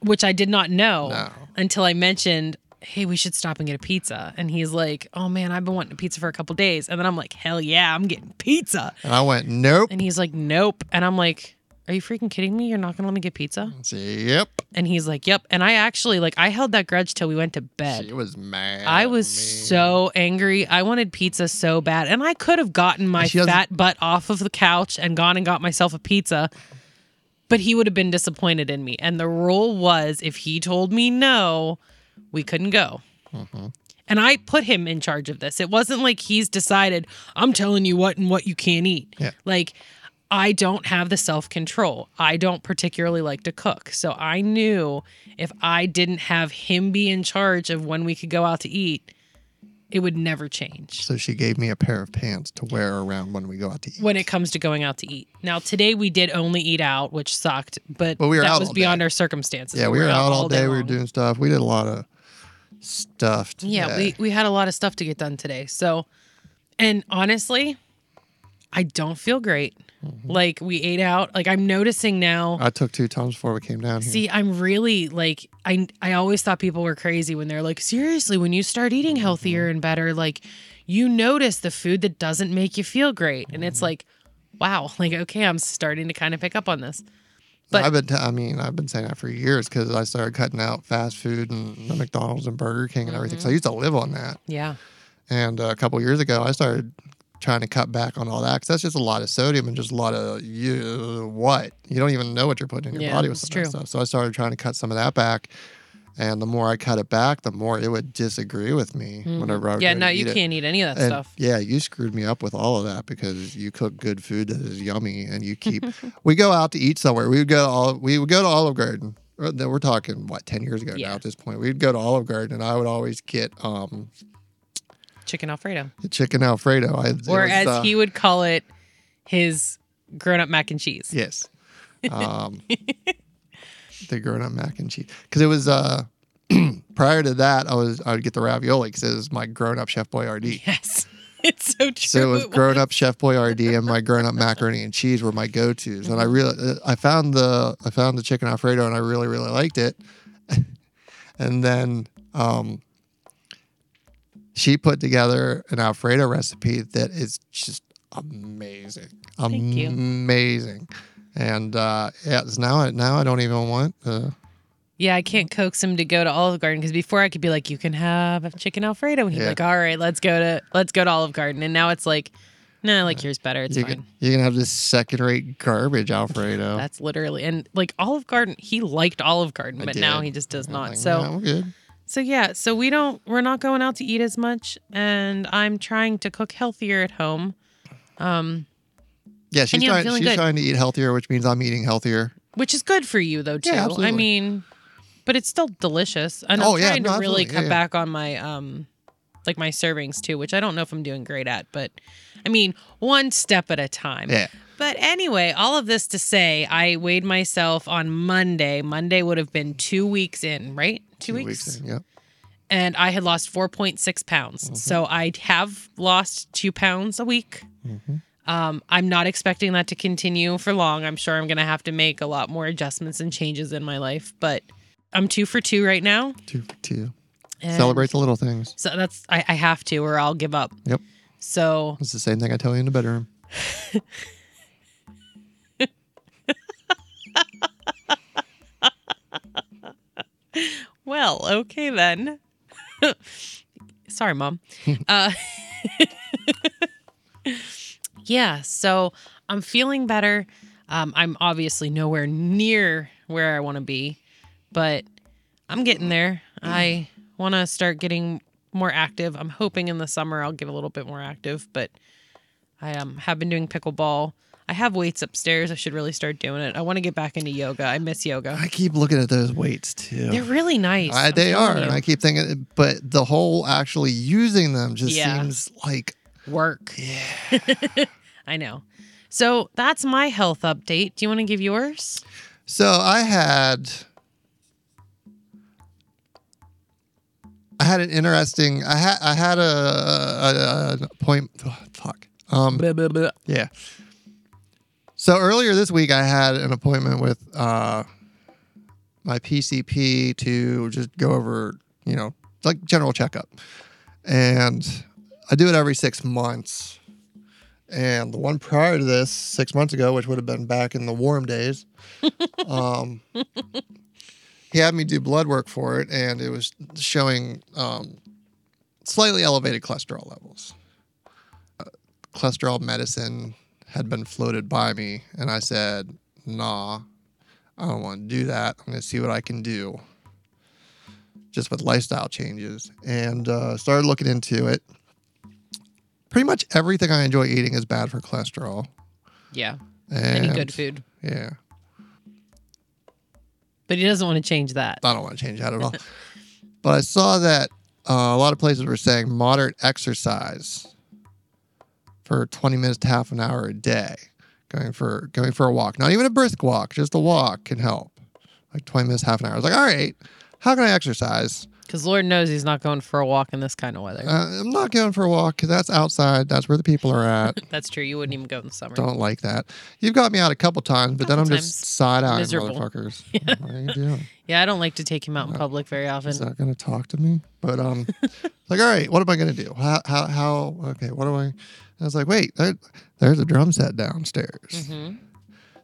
B: which i did not know
A: No.
B: until i mentioned hey we should stop and get a pizza and he's like oh man i've been wanting a pizza for a couple days and then i'm like hell yeah i'm getting pizza
A: And I went, nope.
B: and he's like nope and i'm like are you freaking kidding me you're not gonna let me get pizza
A: She- Yep.
B: And he's like, "Yep." And I actually like I held that grudge till we went to bed.
A: She was mad.
B: I
A: at
B: was
A: me.
B: so angry. I wanted pizza so bad, and I could have gotten my
A: she doesn't-
B: fat butt off of the couch and gone and got myself a pizza. But he would have been disappointed in me. And the rule was if he told me no, we couldn't go. And I put him in charge of this. It wasn't like he's decided, I'm telling you what and what you can't eat.
A: Yeah.
B: Like, I don't have the self control. I don't particularly like to cook. So I knew if I didn't have him be in charge of when we could go out to eat, it would never change
A: So she gave me a pair of pants to wear around when we go out to eat.
B: when it comes to going out to eat. Now, today we did only eat out, which sucked, but
A: Well, we were
B: that
A: out
B: was
A: all
B: beyond
A: day.
B: our circumstances.
A: yeah, we were out all, day. We were
B: long.
A: doing stuff. We did a lot of stuff.
B: Yeah,
A: today.
B: we we had a lot of stuff to get done today. So, and honestly, I don't feel great.
A: Mm-hmm.
B: Like we ate out. Like I'm noticing now.
A: I took two times before we came down here.
B: See, I'm really like I I always thought people were crazy when they're like, seriously, when you start
A: Mm-hmm.
B: eating healthier and better, like you notice the food that doesn't make you feel great. And
A: Mm-hmm.
B: it's like, wow, <laughs> like okay, I'm starting to kind of pick up on this. but-
A: I've been. T- I mean, I've been saying that for years because I started cutting out fast food and the McDonald's and Burger King and
B: Mm-hmm.
A: everything. So I used to live on that.
B: Yeah.
A: And uh, a couple years ago, I started trying to cut back on all that because that's just a lot of sodium and just a lot of you what you don't even know what you're putting in your
B: Yeah,
A: body with
B: it's
A: some of that
B: true.
A: stuff. So I started trying to cut some of that back. And the more I cut it back, the more it would disagree with me whenever I would
B: Mm-hmm. Yeah,
A: go
B: no,
A: to
B: you
A: eat it.
B: can't eat any of that
A: And
B: stuff.
A: yeah, you screwed me up with all of that because you cook good food that is yummy, and you keep.
B: <laughs>
A: we go out to eat somewhere. We would go to all. We would go to Olive Garden. Uh, Then we're talking what ten years ago
B: Yeah.
A: now. At this point, we'd go to Olive Garden, and I would always get um
B: Chicken Alfredo.
A: the chicken Alfredo. I, it
B: Or
A: was,
B: as
A: uh,
B: he would call it, his grown up mac and cheese. <laughs>
A: yes, um, the grown-up mac and cheese because it was uh <clears throat> prior to that I was I would get the ravioli because it was my grown-up Chef Boyardee.
B: Yes. <laughs> It's so true.
A: So it was grown up Chef Boyardee and my grown up macaroni and cheese were my go tos,
B: Mm-hmm.
A: and I really I found the I found the chicken alfredo and I really really liked it, <laughs> and then um, she put together an alfredo recipe that is just amazing,
B: Thank you.
A: amazing, and uh, yeah, it's now I- now I don't even want the
B: Yeah, I can't coax him to go to Olive Garden because before I could be like, you can have a chicken Alfredo. And he'd be
A: Yeah.
B: like, all right, let's go to let's go to Olive Garden. And now it's like, no, I like yours better. It's
A: you
B: fine.
A: can you can have this second rate garbage alfredo.
B: That's literally and like Olive Garden, he liked Olive Garden, but now
A: did.
B: he just does
A: I'm
B: not.
A: like,
B: so
A: "Nah, I'm good.
B: so yeah, so we don't we're not going out to eat as much and I'm trying to cook healthier at home.
A: Yeah, she's
B: yeah, I'm
A: trying.
B: feeling
A: She's
B: good.
A: trying to eat healthier, which means I'm eating healthier.
B: Which is good for you though too.
A: Yeah,
B: I
A: absolutely.
B: mean, but it's still delicious. And
A: Oh,
B: I'm
A: yeah,
B: trying
A: no,
B: to really
A: absolutely. Yeah,
B: cut
A: yeah.
B: back on my um like my servings too, which I don't know if I'm doing great at, but I mean, one step at a time.
A: Yeah.
B: But anyway, all of this to say, I weighed myself on Monday. Monday would have been 2 weeks in, right? 2,
A: Two
B: weeks.
A: weeks in, yep.
B: And I had
A: Mm-hmm.
B: lost 4.6 pounds. So I have lost 2 pounds a week. Um, I'm not expecting that to continue for long. I'm sure I'm going to have to make a lot more adjustments and changes in my life, but I'm two for two right now.
A: Two for two.
B: and-
A: Celebrate the little things.
B: So that's, I, I have to, or I'll give up.
A: Yep.
B: So
A: It's the same thing I tell you in the bedroom.
B: Well, okay then. <laughs>
A: <laughs>
B: Sorry, mom. uh, <laughs> yeah, so I'm feeling better. Um, I'm obviously nowhere near where I want to be, but I'm getting there. I want to start getting more active. I'm hoping in the summer I'll get a little bit more active, but I um, have been doing pickleball. I have weights upstairs. I should really start doing it. I want to get back into yoga. I miss yoga.
A: I keep looking at those weights too.
B: They're really nice.
A: I,
B: I'm
A: they
B: telling
A: are,
B: you.
A: and I keep thinking, but the whole actually using them just
B: Yeah.
A: seems like
B: work.
A: yeah.
B: <laughs> I know. So that's my health update. Do you want to give yours?
A: so I had, I had an interesting. I had I had a, a, a- an point. oh, fuck. Um. Yeah. So earlier this week, I had an appointment with uh, my PCP to just go over, you know, like general checkup. And I do it every six months. And the one prior to this, six months ago, which would have been back in the warm days, um, he had me do blood work for it, and it was showing um, slightly elevated cholesterol levels cholesterol medicine had been floated by me, and I said, "Nah, I don't want to do that. I'm gonna see what I can do, just with lifestyle changes." And uh, started looking into it. Pretty much everything I enjoy eating is bad for cholesterol.
B: Yeah.
A: And,
B: Any good food.
A: Yeah,
B: But he doesn't want to change that.
A: I don't want to change that at all. but I saw that uh, a lot of places were saying moderate exercise for 20 minutes to half an hour a day, going for going for a walk, not even a brisk walk, just a walk can help. Like 20 minutes, half an hour. I was like, all right, how can I exercise?
B: Because Lord knows he's not going for a walk in this kind of weather.
A: Uh, I'm not going for a walk because that's outside. That's where the people are
B: <laughs>
A: at.
B: That's true. You wouldn't even go in the summer.
A: Don't like that. You've got me out a couple times, but then I'm
B: Couple
A: just side eyeing
B: Miserable.
A: motherfuckers.
B: <laughs>
A: What are you doing?
B: Yeah, I don't like to take him out in public very often.
A: He's not going to talk to me. But um, <laughs> like, all right, what am I going to do? How, how, how, okay, what do I? I was like, wait, there, there's a drum set downstairs.
B: Mhm.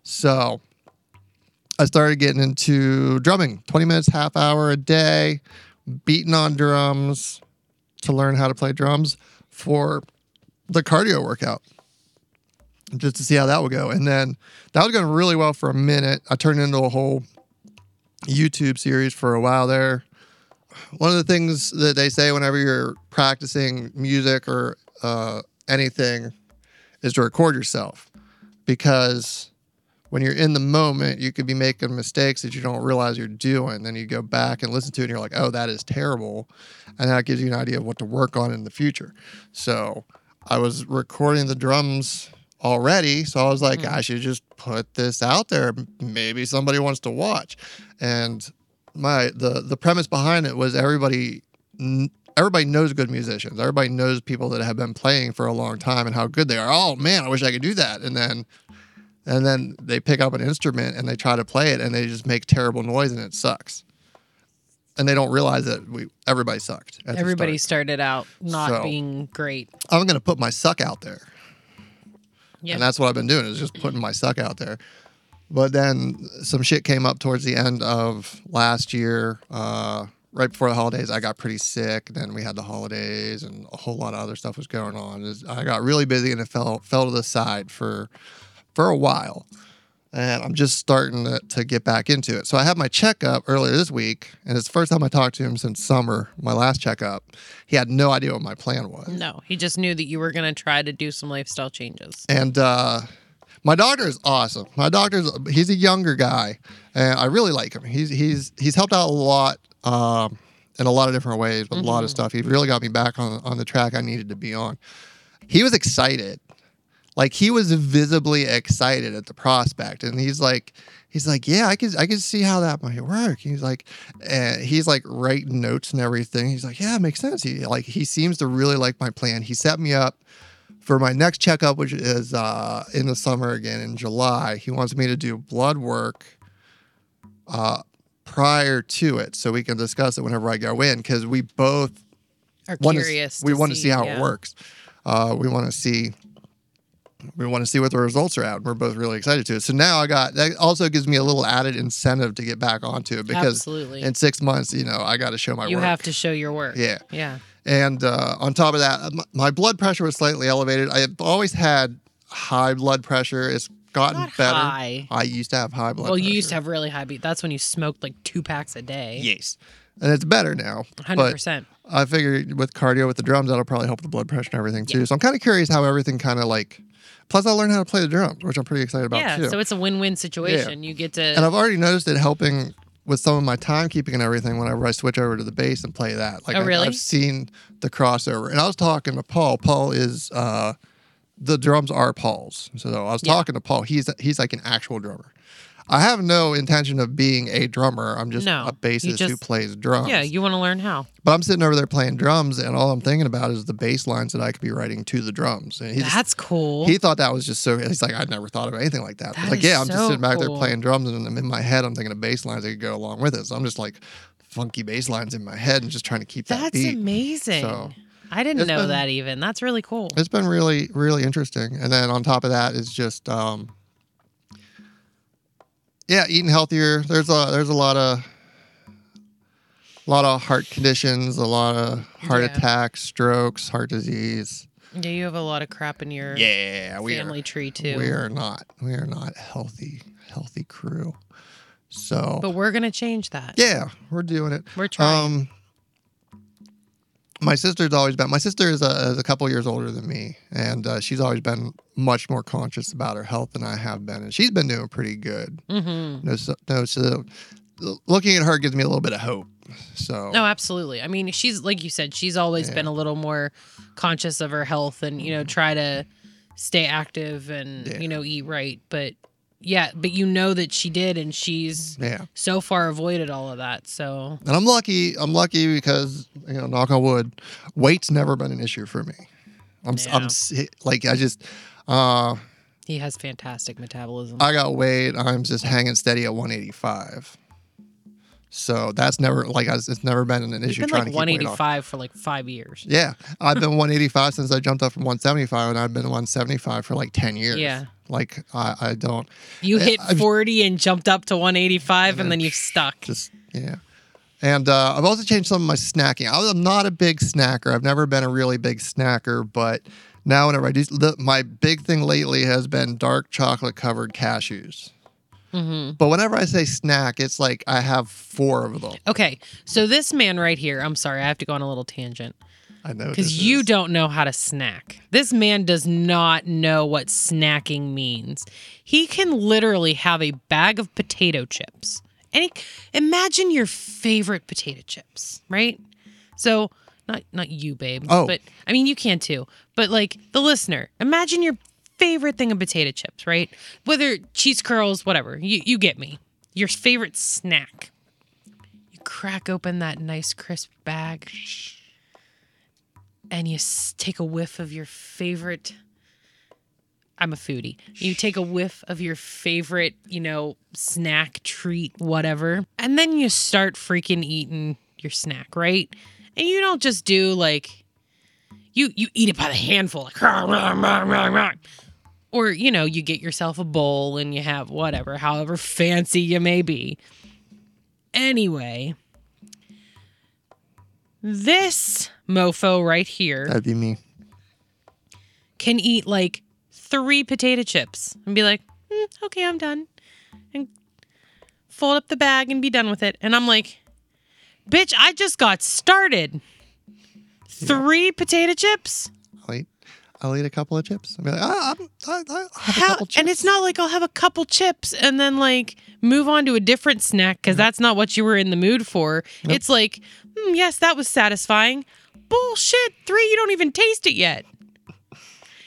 A: So I started getting into drumming 20 minutes, half hour a day, beating on drums to learn how to play drums for the cardio workout just to see how that would go. And then that was going really well for a minute. I turned into a whole YouTube series for a while there. One of the things that they say whenever you're practicing music or uh, anything is to record yourself because when you're in the moment, you could be making mistakes that you don't realize you're doing. Then you go back and listen to it and you're like, oh, that is terrible. And that gives you an idea of what to work on in the future. So I was recording the drums already. So I was like, I should just put this out there. Maybe somebody wants to watch. And my the the premise behind it was everybody n- everybody knows good musicians. Everybody knows people that have been playing for a long time and how good they are. Oh man, I wish I could do that. And then and then they pick up an instrument and they try to play it and they just make terrible noise and it sucks. And they don't realize that we everybody sucked. at the start.
B: Everybody started out not
A: So-
B: being great.
A: I'm gonna put my suck out there.
B: Yeah.
A: And that's what I've been doing is just putting my suck out there. But then some shit came up towards the end of last year, uh, right before the holidays. I got pretty sick. Then we had the holidays, and a whole lot of other stuff was going on. It's- I got really busy, and it fell fell to the side for for a while. And I'm just starting to, to get back into it. So I had my checkup earlier this week, and it's the first time I talked to him since summer. My last checkup, he had no idea what my plan was.
B: no, he just knew that you were going to try to do some lifestyle changes.
A: And uh, my doctor is awesome. My doctor's he's a younger guy, and I really like him. He's he's he's helped out a lot um, in a lot of different ways with a lot of stuff. He really got me back on on the track I needed to be on. He was excited, like he was visibly excited at the prospect, and he's like. He's like, yeah, I can, I can see how that might work. He's like, and he's like writing notes and everything. He's like, yeah, it makes sense. He like, he seems to really like my plan. He set me up for my next checkup, which is uh, in the summer again in July, he wants me to do blood work uh, prior to it so we can discuss it whenever I go in because we both
B: Are
A: want to-
B: curious.
A: we want to see how
B: yeah.
A: it works. Uh, we want to see. We want to see what the results are at. and We're both really excited to it. So now I got that also gives me a little added incentive to get back onto it because
B: Absolutely.
A: in six months, you know, I got to show my
B: you
A: work.
B: have to show your work.
A: Yeah.
B: Yeah.
A: And uh, on top of that, m- my blood pressure was slightly elevated. I have always had high blood pressure. It's gotten
B: Not
A: better.
B: high.
A: I used to have high blood
B: well,
A: pressure.
B: you used to have really high beat. That's when you smoked like two packs a day.
A: Yes. And it's better now. But
B: 100%.
A: I figure with cardio with the drums, that'll probably help with the blood pressure and everything too. So I'm kind of curious how everything kind of like. Plus, I learned how to play the drums, which I'm pretty excited about
B: yeah.
A: too.
B: So it's a win win situation. You get to.
A: and I've already noticed it helping with some of my timekeeping and everything whenever I switch over to the bass and play that. Like
B: Oh,
A: I,
B: really?
A: I've seen the crossover. And I was talking to Paul. Paul is uh, the drums are Paul's. So I was
B: Yeah.
A: talking to Paul. He's he's like an actual drummer. I have no intention of being a drummer. I'm just
B: No,
A: a
B: you
A: bassist who
B: just-
A: plays drums.
B: yeah. You want to learn how.
A: But I'm sitting over there playing drums, and all I'm thinking about is the bass lines that I could be writing to the drums. And he just-
B: That's cool.
A: he thought that was just so. He's like, I'd never thought of anything like that.
B: That
A: It's like,
B: is
A: yeah, I'm just
B: so
A: sitting back there
B: cool.
A: playing drums, and I'm in my head, I'm thinking of bass lines that could go along with it. So I'm just like, funky bass lines in my head, and just trying to keep that
B: That's
A: beat.
B: amazing.
A: So,
B: I didn't
A: it's
B: know
A: been-
B: that even. That's really cool.
A: It's been really, really interesting. And then on top of that is just, um, yeah, eating healthier. There's a there's a lot of a lot of heart conditions, a lot of heart
B: Yeah.
A: attacks, strokes, heart disease.
B: Yeah, you have a lot of crap in your
A: Yeah, we are
B: family tree too.
A: We are not. We are not healthy. Healthy crew. So
B: But we're gonna change that.
A: yeah, we're doing it.
B: We're trying.
A: Um, my sister's always been. My sister is a, is a couple years older than me, and uh, she's always been much more conscious about her health than I have been, and she's been doing pretty good.
B: mm-hmm.
A: No, so, no. So looking at her gives me a little bit of hope. So
B: No, absolutely. I mean, she's like you said, she's always
A: Yeah. Mm-hmm.
B: been a little more conscious of her health and, you know, try to stay active and,
A: Yeah.
B: you know, eat right. But yeah, but you know that she did and she's
A: yeah,
B: so far avoided all of that. So
A: and I'm lucky. I'm lucky because you know, knock on wood, weight's never been an issue for me. I'm s
B: Yeah.
A: I'm si- like I just. Uh,
B: he has fantastic metabolism.
A: I got weighed. I'm just hanging steady at 185. So that's never like I- it's never been an
B: He's
A: issue
B: been
A: trying to
B: like
A: keep weight off.
B: 185 for like five years.
A: Yeah, I've
B: <laughs>
A: been 185 since I jumped up from 175, and I've been 175 for like 10 years.
B: Yeah.
A: like I, I don't
B: You
A: Yeah,
B: hit
A: I've-
B: 40 and jumped up to 185 and then you've stuck.
A: just yeah. And uh, I've also changed some of my snacking. I was- I'm not a big snacker. I've never been a really big snacker, but now whenever I do, the, my big thing lately has been dark chocolate covered cashews.
B: hmm
A: But whenever I say snack, it's like I have four of them.
B: Okay. So this man right here, I'm sorry, I have to go on a little tangent.
A: I know
B: Because
A: this
B: you
A: is-
B: don't know how to snack. This man does not know what snacking means. He can literally have a bag of potato chips. And he, imagine your favorite potato chips, right? So not not you, babe.
A: Oh.
B: But I mean you can too. But like the listener, imagine your favorite thing of potato chips, right? Whether cheese curls, whatever. You you get me. Your favorite snack. You crack open that nice crisp bag and you s- take a whiff of your favorite I'm a foodie. You take a whiff of your favorite, you know, snack, treat, whatever. And then you start freaking eating your snack, right? And you don't just do like you you eat it by the handful like "Rah, rah, rah, rah, rah." or you know, you get yourself a bowl and you have whatever, however fancy you may be. Anyway, this mofo right here
A: That'd be me.
B: can eat like three potato chips and be like, "Mm, okay, I'm done. And fold up the bag and be done with it. And I'm like, bitch, I just got started. Three potato chips?
A: I'll eat. I'll eat a couple of chips. I'll be like, ah, I'm- I, I, I have a
B: How?
A: couple chips.
B: And it's not like I'll have a couple chips and then like move on to a different snack because that's not what you were in the mood for. It's like, "Mm, yes, that was satisfying. Bullshit. Three, you don't even taste it yet.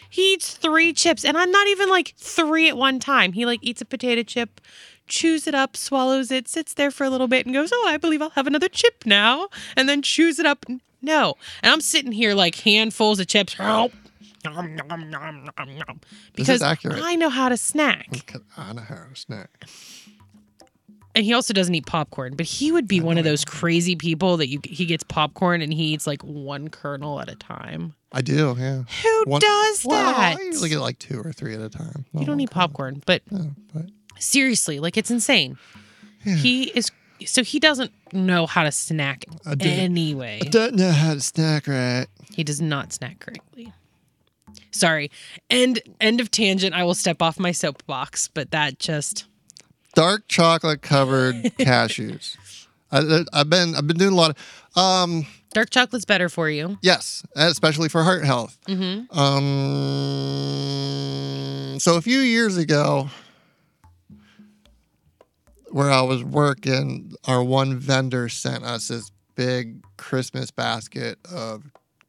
B: He eats three chips, and I'm not even like three at one time. He like eats a potato chip, chews it up, swallows it, sits there for a little bit, and goes, "Oh, I believe I'll have another chip now," and then chews it up. No, and I'm sitting here like handfuls of chips. nom, nom, nom, nom, nom,
A: This is
B: because
A: accurate.
B: I know how to snack.
A: I know how to snack.
B: And he also doesn't eat popcorn, but he would be one of those crazy people that you he gets popcorn and he eats like one kernel at a time.
A: I do, yeah.
B: Who
A: One-
B: does
A: Well,
B: that?
A: I usually get like two or three at a time.
B: you don't eat popcorn, but
A: No, but
B: seriously, like it's insane.
A: Yeah.
B: He is so he doesn't know how to snack
A: I do.
B: anyway.
A: I don't know how to snack right.
B: He does not snack correctly. Sorry. End end of tangent. I will step off my soapbox, but that just
A: Dark chocolate
B: <laughs>
A: covered cashews. I, I've been I've been doing a lot of um
B: dark chocolate's better for you.
A: yes, especially for heart health.
B: Mm-hmm.
A: Um, so a few years ago, where I was working, our one vendor sent us this big Christmas basket of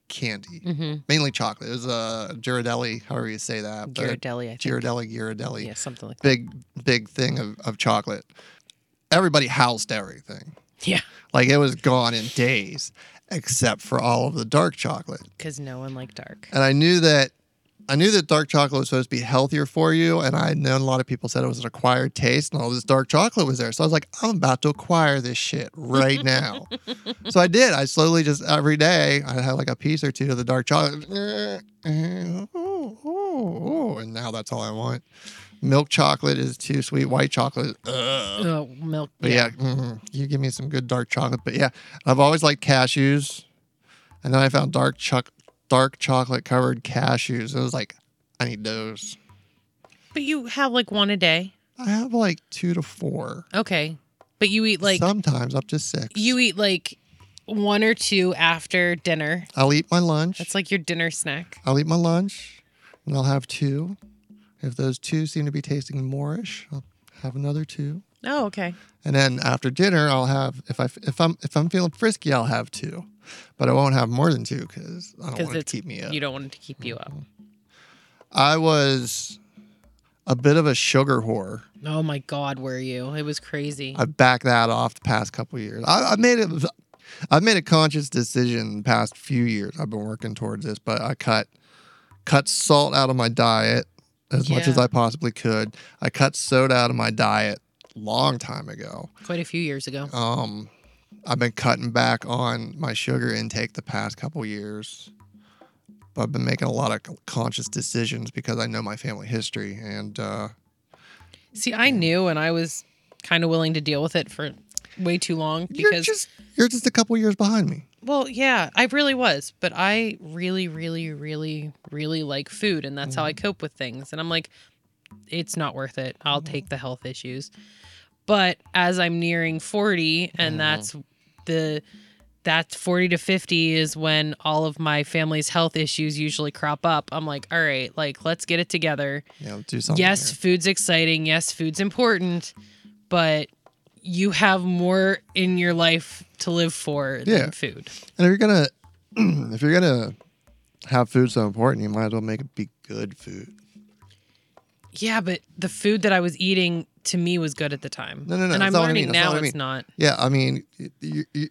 A: candy,
B: Mm-hmm.
A: mainly chocolate. It was a Ghirardelli, however you say that, but
B: Ghirardelli, I think.
A: Ghirardelli, Ghirardelli
B: Yeah, something like that.
A: big big thing of, of chocolate everybody housed everything
B: <laughs> Yeah.
A: like it was gone in days except for all of the dark chocolate
B: Because no one liked dark.
A: and i knew that i knew that dark chocolate was supposed to be healthier for you and i know a lot of people said it was an acquired taste and all this dark chocolate was there so i was like i'm about to acquire this shit right now so i did i slowly just every day i had like a piece or two of the dark chocolate "Uh, and now that's all i want milk chocolate is too sweet white chocolate ugh.
B: Oh, milk.
A: Uh, But yeah, mm, you give me some good dark chocolate. But yeah, I've always liked cashews, and then I found dark chuck dark chocolate covered cashews. It was like, I need those.
B: But you have like one a day.
A: I have like two to four,
B: Okay. But you eat like
A: sometimes up to six.
B: you eat like one or two after dinner.
A: I'll eat my lunch.
B: That's like your dinner snack.
A: I'll eat my lunch, and I'll have two. If those two seem to be tasting moorish, I'll have another two.
B: Oh, okay.
A: And then after dinner, I'll have if I if I'm if I'm feeling frisky, I'll have two, but I won't have more than two because I don't
B: 'Cause
A: want it to
B: it's-
A: keep me up.
B: You don't want it to keep you up.
A: I was a bit of a sugar whore.
B: Oh my God, were you? It was crazy.
A: I've backed that off the past couple years. I, I made it. I've made a conscious decision the past few years. I've been working towards this, but I cut cut salt out of my diet as much as
B: Yeah.
A: I possibly could. I cut soda out of my diet long time ago.
B: Quite a few years ago.
A: Um, I've been cutting back on my sugar intake the past couple years. But I've been making a lot of c- conscious decisions because I know my family history and uh,
B: See, I knew and I was kind of willing to deal with it for way too long
A: you're
B: because
A: just you're just a couple years behind me.
B: well, yeah, I really was, but I really really really really like food and that's how I cope with things. And I'm like it's not worth it. I'll take the health issues. But as I'm nearing 40 and
A: Mhm.
B: that's the that's 40 to 50 is when all of my family's health issues usually crop up. I'm like, "All right, like let's get it together."
A: You know, do something.
B: yes,
A: here.
B: food's exciting. Yes, food's important, but you have more in your life to live for
A: Yeah.
B: than food.
A: and if you're gonna if you're gonna <clears throat> have food so important, you might as well make it be good food.
B: Yeah, but the food that I was eating to me was good at the time.
A: No, no, no,
B: And
A: that's
B: I'm
A: not what I
B: learning
A: mean, that's not
B: now
A: what I
B: it's
A: mean.
B: not.
A: Yeah, I mean, y- you, you,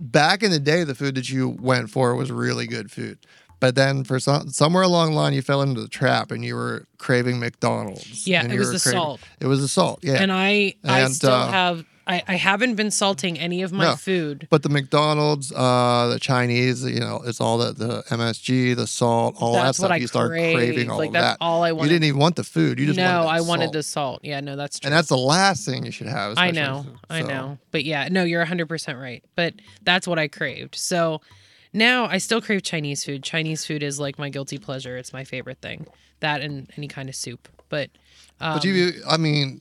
A: back in the day, the food that you went for was really good food. But then, for some, somewhere along the line, you fell into the trap and you were craving McDonald's.
B: Yeah,
A: and
B: it
A: you
B: was
A: were
B: the salt.
A: It was the salt. Yeah,
B: And I, I
A: And,
B: still
A: uh,
B: have. I, I haven't been salting any of my
A: No.
B: food.
A: But the McDonald's, uh, the Chinese, you know, it's all that the MSG, the salt, all
B: That's
A: that
B: what
A: stuff.
B: I
A: you start
B: craved.
A: craving all
B: Like,
A: of
B: that's
A: that.
B: all I
A: You
B: wanted.
A: didn't even want the food. You just wanted
B: no,
A: that
B: I wanted
A: salt.
B: the salt. Yeah, no, that's true.
A: And that's the last thing you should have.
B: I
A: especially
B: know,
A: if-
B: I
A: so,
B: know. But yeah, no, you're 100% right. But that's what I craved. So now I still crave Chinese food. Chinese food is like my guilty pleasure. It's my favorite thing. That and any kind of soup. But um,
A: But
B: but,
A: you, I mean,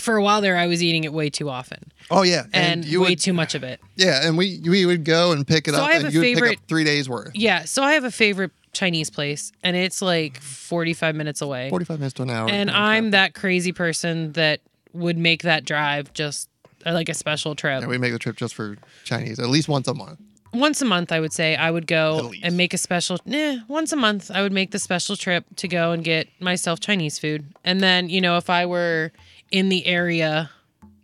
B: for a while there, I was eating it way too often
A: oh yeah,
B: and,
A: you
B: way
A: would,
B: too much of it.
A: yeah, and we we would go and pick it
B: So
A: up,
B: I have
A: and
B: a
A: you would pick
B: favorite-
A: up three days worth,
B: Yeah. So I have a favorite Chinese place and it's like 45 minutes away.
A: forty five minutes to an hour.
B: and I'm that crazy person that would make that drive just uh, like a special trip.
A: yeah, we make the trip just for Chinese, at least once a month.
B: once a month I would say I would
A: At
B: go
A: least.
B: and make a special nah, once a month I would make the special trip to go and get myself Chinese food. And then, you know, if I were in the area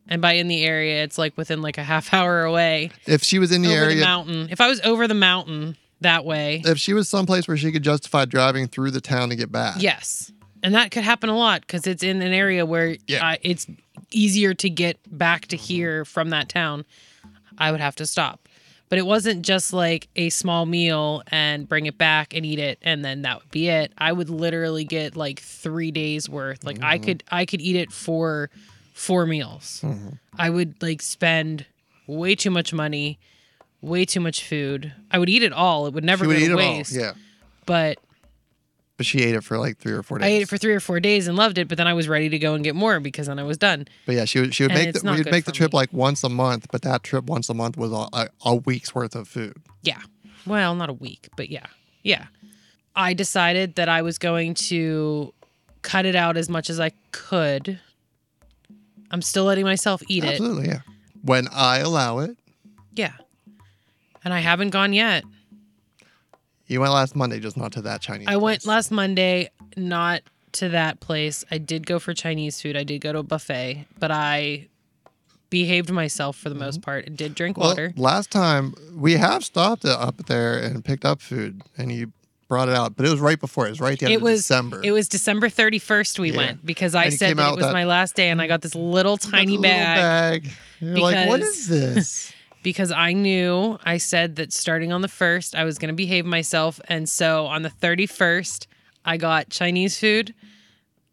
B: and by in the area it's like within like a half hour away
A: If she was in the
B: over the
A: area,
B: mountain. If I was over the mountain, that way.
A: If she was someplace where she could justify driving through the town to get back.
B: Yes. And that could happen a lot because it's in an area where
A: Yeah. Mm-hmm.
B: uh, it's easier to get back to here from that town. I would have to stop. But it wasn't just like a small meal and bring it back and eat it and then that would be it. I would literally get like 3 days worth. Like
A: Mm-hmm.
B: I could I could eat it for four meals.
A: Mm-hmm.
B: I would like spend way too much money, way too much food. I would eat it all. It would never
A: She would
B: go
A: eat
B: to
A: it
B: waste.
A: all. Yeah.
B: But
A: But she ate it for like three or four days.
B: I ate it for three or four days and loved it, but then I was ready to go and get more because then I was done.
A: But yeah, she would she would
B: And
A: make
B: it's
A: the,
B: not
A: we'd
B: good
A: make the
B: for
A: trip
B: me.
A: like once a month, but that trip once a month was a, a, a week's worth of food.
B: Yeah. Well, not a week, but yeah. Yeah. I decided that I was going to cut it out as much as I could. I'm still letting myself eat it.
A: Absolutely, yeah. When I allow it,
B: Yeah. And I haven't gone yet.
A: you went last Monday, just not to that Chinese.
B: I went
A: place.
B: last Monday, not to that place. I did go for Chinese food. I did go to a buffet, but I behaved myself for the most part and did drink
A: Mm-hmm. Well,
B: water.
A: last time we have stopped up there and picked up food, and you brought it out, but it was right before. It was right at the end
B: it
A: of
B: was
A: December.
B: It was December 31st we
A: Yeah.
B: went because I
A: And you
B: said
A: came
B: that
A: out
B: it
A: with
B: was
A: that-
B: my last day and I got this little
A: That
B: tiny
A: little
B: bag
A: bag. You're like, what is
B: <laughs>
A: this?
B: because I knew I said that starting on the 1st I was going to behave myself and so on the 31st I got Chinese food.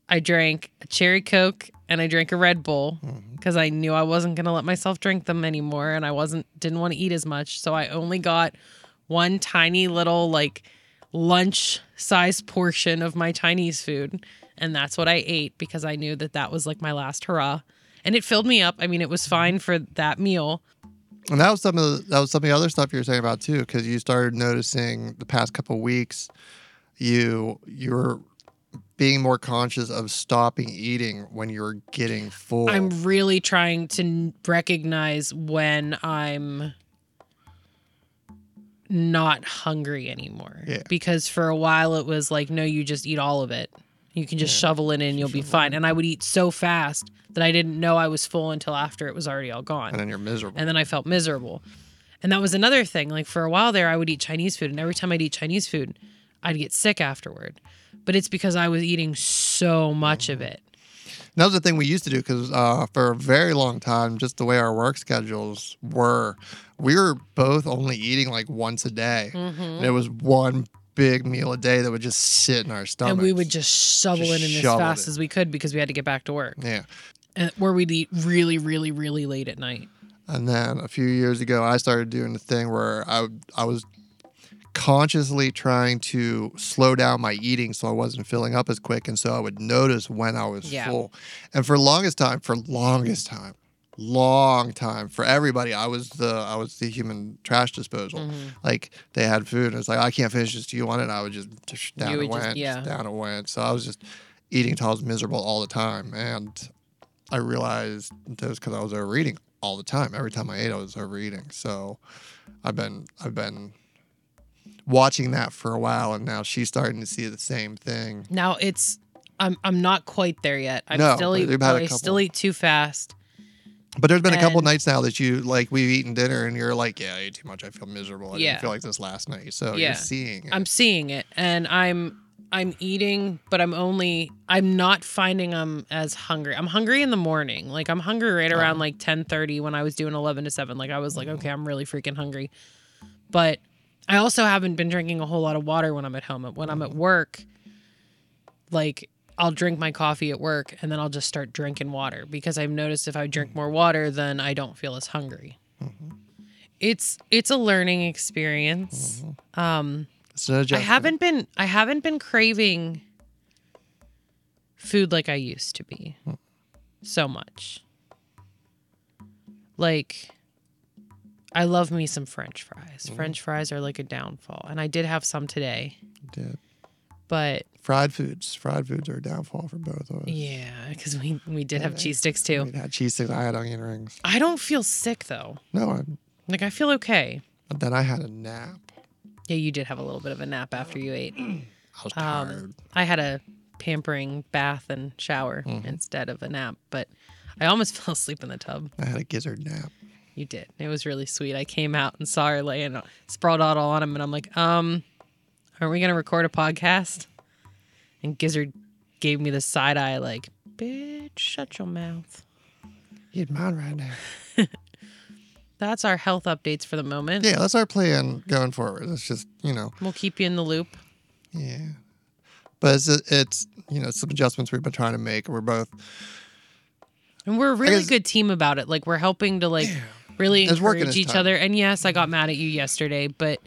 B: I drank a cherry coke and I drank a Red Bull because I knew I wasn't going to let myself drink them anymore and I wasn't didn't want to eat as much, so I only got one tiny little like lunch size portion of my Chinese food. And that's what I ate because I knew that that was like my last hurrah. And it filled me up. I mean, it was fine for that meal.
A: And that was some of the, that was some of the other stuff you were saying about too, because you started noticing the past couple weeks, you you were being more conscious of stopping eating when you were getting full.
B: I'm really trying to n- recognize when I'm not hungry anymore.
A: Yeah.
B: Because for a while it was like, no, you just eat all of it. You can just shovel it in, you'll be fine. And I would eat so fast that I didn't know I was full until after it was already all gone.
A: and then you're miserable.
B: and then I felt miserable. And that was another thing. Like for a while there, I would eat Chinese food, and every time I'd eat Chinese food, I'd get sick afterward. But it's because I was eating so much of it.
A: And that was the thing we used to do because uh, for a very long time, just the way our work schedules were, we were both only eating like once a day.
B: Mm-hmm.
A: And it was one big meal a day that would just sit in our stomachs.
B: And we would just shovel
A: Just
B: it in as
A: shoveled
B: fast
A: it.
B: as we could because we had to get back to work,
A: yeah.
B: and, where we'd eat really, really, really late at night.
A: And then a few years ago, I started doing the thing where I I was consciously trying to slow down my eating so I wasn't filling up as quick, and so I would notice when I was
B: Yeah.
A: full. And for longest time, for longest time, long time for everybody, I was the I was the human trash disposal. Like they had food, and it's like I can't finish this. Do you want it? And I would just just down
B: You
A: and
B: would
A: went,
B: just-
A: just
B: yeah.
A: down and went. So I was just eating till I was miserable all the time, and I realized that was because I was overeating all the time. Every time I ate, I was overeating. So I've been I've been watching that for a while, and now she's starting to see the same thing.
B: Now it's I'm I'm not quite there yet. I'm
A: No,
B: still
A: but
B: eat,
A: we've had a
B: I still
A: couple.
B: eat too fast.
A: But there's been a couple
B: And-
A: nights now that you like we've eaten dinner, and you're like, yeah, I ate too much. I feel miserable. I
B: Yeah.
A: didn't feel like this last night. So
B: Yeah.
A: you're seeing. It.
B: I'm seeing it and I'm I'm eating, but I'm only I'm not finding I'm as hungry. I'm hungry in the morning. Like I'm hungry right
A: Uh-huh.
B: around like 10:30 when I was doing 11 to 7. Like I was like, okay, I'm really freaking hungry. But I also haven't been drinking a whole lot of water when I'm at home. When
A: Mm-hmm.
B: I'm at work, like I'll drink my coffee at work and then I'll just start drinking water because I've noticed if I
A: Mm-hmm.
B: drink more water, then I don't feel as hungry. It's it's a learning experience. Um
A: It's an adjustment.
B: I haven't been I haven't been craving food like I used to be so much. Like I love me some french fries. French fries are like a downfall and I did have some today,
A: Yeah.
B: but
A: Fried foods. Fried foods are a downfall for both of us.
B: yeah, cuz we we did have cheese sticks too.
A: We had cheese sticks. I had onion rings.
B: I don't feel sick though.
A: No, I,
B: Like I feel okay.
A: then I had a nap.
B: Yeah, you did have a little bit of a nap after you ate.
A: I was
B: Um,
A: tired.
B: I had a pampering bath and shower instead of a nap, but I almost <laughs> fell asleep in the tub.
A: I had a gizzard nap.
B: You did. It was really sweet. I came out and saw her laying sprawled out all on him, and I'm like, um, aren't we gonna record a podcast? And Gizzard gave me the side eye, like, bitch, shut your mouth.
A: You'd mind right now.
B: That's our health updates for the moment.
A: Yeah, that's our plan going forward. It's just, you know,
B: We'll keep you in the loop.
A: Yeah. But it's, it's you know, some adjustments we've been trying to make. We're both,
B: And we're a really
A: guess-
B: good team about it. Like we're helping to like really
A: It's working
B: encourage
A: this
B: each
A: time.
B: other. And yes, I got mad at you yesterday, but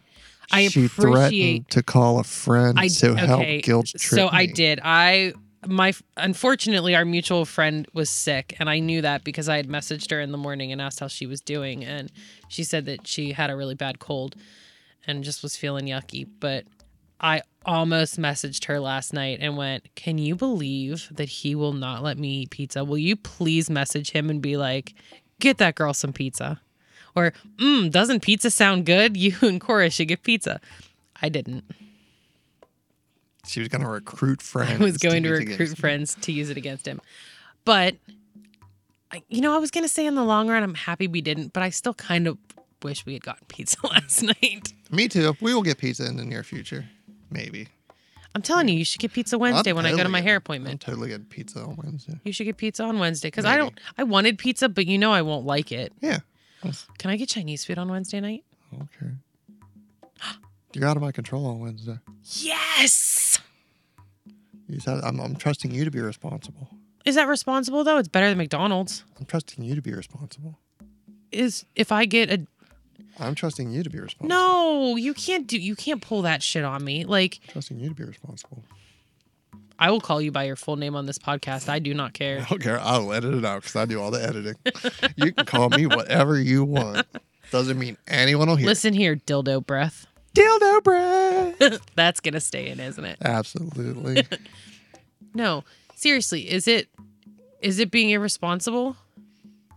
B: I
A: she
B: appreciate
A: threatened to call a friend
B: I
A: to help
B: okay,
A: guilt trip
B: So I
A: me.
B: did. I my unfortunately our mutual friend was sick and I knew that because I had messaged her in the morning and asked how she was doing and she said that she had a really bad cold and just was feeling yucky, but I almost messaged her last night and went, "Can you believe that he will not let me eat pizza? Will you please message him and be like, "Get that girl some pizza." Or, mm, doesn't pizza sound good? <laughs> You and Cora should get pizza. I didn't.
A: She was going to recruit friends.
B: I <laughs> was going to
A: use against
B: recruit
A: me.
B: friends to use it against him. But, I, you know, I was going to say in the long run, I'm happy we didn't, but I still kind of wish we had gotten pizza <laughs> last night.
A: Me too. We will get pizza in the near future. Maybe.
B: I'm telling you, you should get pizza Wednesday
A: I'm
B: when I go to
A: totally
B: my
A: good-
B: hair
A: I'm
B: appointment.
A: totally good pizza on Wednesday.
B: You should get pizza on Wednesday because I
A: Maybe.
B: don't, I wanted pizza, but you know I won't like it.
A: Yeah.
B: Can I get Chinese food on Wednesday night?
A: Okay. <gasps> You're out of my control on Wednesday.
B: Yes.
A: You said I'm, I'm trusting you to be responsible.
B: Is that responsible though? It's better than McDonald's.
A: I'm trusting you to be responsible.
B: Is if I get a
A: I'm trusting you to be responsible.
B: no, you can't do you can't pull that shit on me. Like
A: Trusting you to be responsible.
B: I will call you by your full name on this podcast. I do not care.
A: I don't care. I'll edit it out because I do all the
B: <laughs>
A: editing. you can call me whatever you want. Doesn't mean anyone will hear.
B: Listen here, dildo breath. <laughs>
A: dildo breath.
B: That's gonna stay in, isn't it?
A: Absolutely.
B: No, seriously, is it is it being irresponsible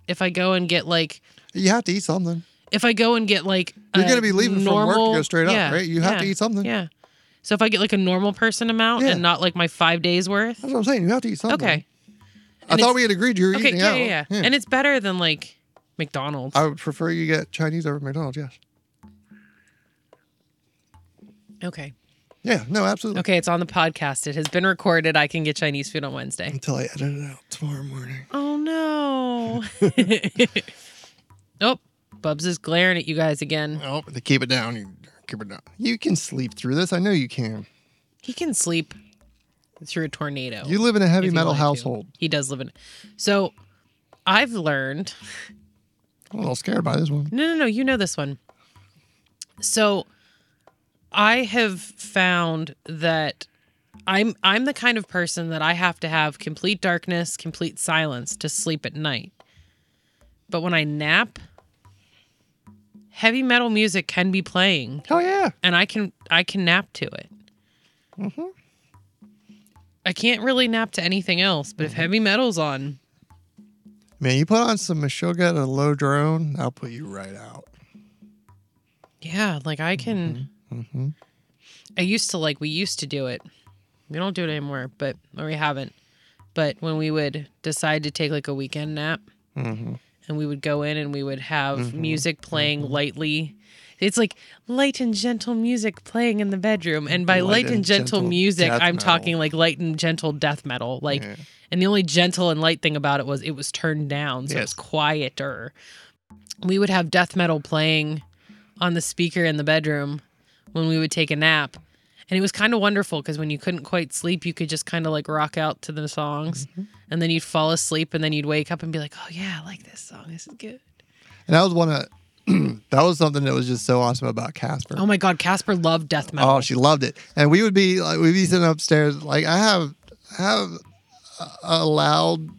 B: if I go and get like
A: You have to eat something.
B: if I go and get like
A: You're
B: a
A: gonna be leaving from work to
B: normal-
A: go straight up,
B: yeah,
A: right? You have
B: yeah,
A: to eat something.
B: Yeah. So if I get like a normal person amount
A: Yeah.
B: and not like my five days worth,
A: That's what I'm saying. You have to eat something. I
B: okay, And
A: thought
B: it's-
A: we had agreed you were
B: okay,
A: eating
B: yeah,
A: out.
B: yeah, yeah, and it's better than like McDonald's.
A: I would prefer you get Chinese over McDonald's. Yes.
B: okay,
A: Yeah. No. Absolutely.
B: okay, it's on the podcast. It has been recorded. I can get Chinese food on Wednesday.
A: Until I edit it out tomorrow morning.
B: Oh <laughs> no. oh, Bubs is glaring at you guys again.
A: Oh, to keep it down. You keep it down. You can sleep through this. I know you can.
B: He can sleep through a tornado.
A: You live in a heavy
B: if you
A: metal
B: want to.
A: household.
B: He does live in. So I've learned.
A: I'm a little scared by this one.
B: No, no, no. You know this one. So I have found that I'm I'm the kind of person that I have to have complete darkness, complete silence to sleep at night. But when I nap, heavy metal music can be playing
A: Hell yeah.
B: and I can I can nap to it.
A: Mhm.
B: I can't really nap to anything else, but if heavy metal's on,
A: Man, you put on some Meshuggah and a low drone, I'll put you right out.
B: yeah, like I can.
A: hmm
B: I used to like we used to do it. We don't do it anymore, but or we haven't. But when we would decide to take like a weekend nap,
A: hmm
B: and we would go in and we would have
A: Mhm.
B: music playing lightly. It's like light and gentle music playing in the bedroom. And by light, and gentle, music,
A: death
B: I'm
A: metal.
B: talking like light and gentle death metal. Like
A: Yeah.
B: and the only gentle and light thing about it was it was turned down, so it was
A: Yes.
B: quieter. We would have death metal playing on the speaker in the bedroom when we would take a nap. And it was kind of wonderful because when you couldn't quite sleep, you could just kind of like rock out to the songs and then you'd fall asleep and then you'd wake up and be like, oh yeah, I like this song. This is good.
A: And that was one of <clears throat> that was something that was just so awesome about Casper.
B: Oh my God, Casper loved death metal.
A: Oh, she loved it. And we would be like, we'd be sitting upstairs. Like I have I have a- a loud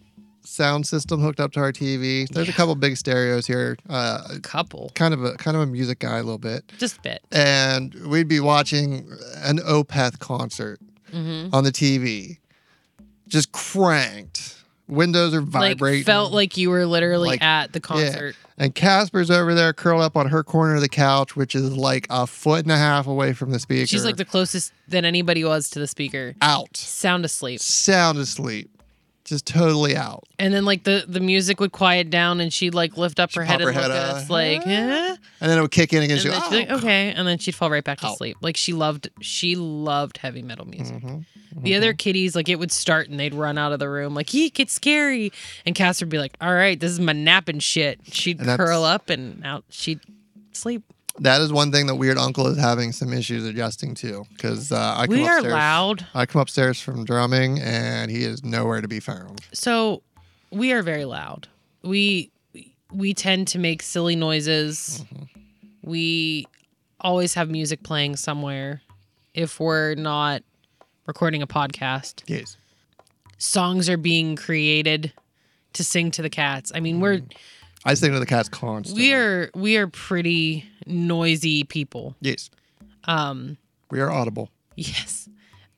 A: sound system hooked up to our TV. There's a couple big stereos here. Uh,
B: couple.
A: kind of a kind of a music guy a little bit.
B: Just a bit.
A: and we'd be watching an Opeth concert
B: Mm-hmm.
A: on the TV, just cranked. Windows are
B: Like
A: vibrating.
B: felt like you were literally
A: Like,
B: at the
A: Yeah.
B: concert.
A: And Casper's over there curled up on her corner of the couch, which is like a foot and a half away from the speaker.
B: She's like the closest that anybody was to the speaker.
A: out,
B: Sound asleep.
A: sound asleep. just totally out.
B: And then like the the music would quiet down, and she'd like lift up her
A: She'd
B: head
A: pop
B: and
A: her
B: look
A: head
B: at
A: up.
B: us like, eh?
A: And then it would kick in Oh. again.
B: and
A: She'd
B: then
A: go,
B: she'd be like,
A: "Ow."
B: okay, and then she'd fall right back to
A: Ow.
B: sleep. Like she loved she loved heavy metal music.
A: Mhm,
B: The other kitties, like it would start and they'd run out of the room, like eek, it's scary. And Cass would be like, "All right, this is my napping shit." She'd
A: And that's-
B: curl up and out. She'd sleep.
A: That is one thing that Weird Uncle is having some issues adjusting to because uh, I come
B: We are
A: upstairs.
B: loud,
A: I come upstairs from drumming and he is nowhere to be found.
B: so we are very loud. We we tend to make silly noises. We always have music playing somewhere if we're not recording a podcast.
A: Yes.
B: Songs are being created to sing to the cats. I mean, we're
A: I sing to the cats constantly.
B: we are we are pretty noisy people.
A: Yes.
B: Um
A: We are audible.
B: yes.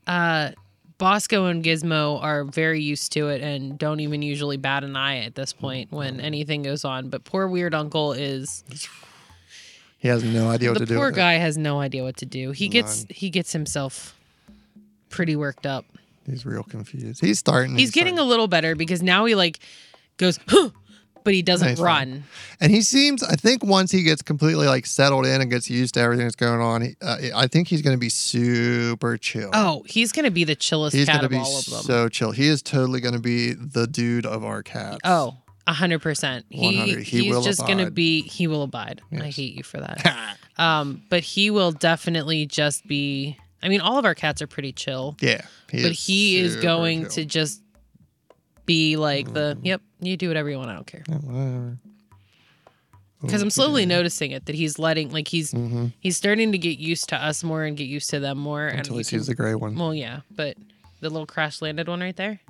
B: Uh Bosco and Gizmo are very used to it and don't even usually bat an eye at this point
A: Mm.
B: when anything goes on. But poor weird uncle is
A: He has no idea what
B: the
A: to do.
B: poor
A: with it.
B: guy has no idea what to do. He gets he gets himself pretty worked up.
A: He's real confused. He's starting.
B: He's getting a little better because now he like goes, "Huh," but he doesn't
A: Nice one.
B: run.
A: and he seems. I think once he gets completely like settled in and gets used to everything that's going on, he, uh, I think he's going to be super chill.
B: Oh, he's gonna be the chillest
A: he's
B: cat
A: gonna
B: of
A: be
B: all of them.
A: so chill. He is totally going to be the dude of our cats.
B: Oh, a hundred percent. He
A: 100. He
B: he's
A: will
B: just gonna
A: abide.
B: be he will abide. I
A: Yes.
B: hate you for that. um, but he will definitely just be I mean, all of our cats are pretty chill.
A: <laughs> yeah. He
B: but he is
A: super
B: going
A: chill. Mm-hmm.
B: to just be like the yep, you do whatever you want, I don't care.
A: Yeah, whatever. Mm-hmm.
B: Because I'm slowly noticing it that he's letting like he's
A: hmm
B: he's starting to get used to us more and get used to them more and
A: Until he
B: he can-
A: sees the gray one.
B: Well, yeah, but the little crash landed one right there.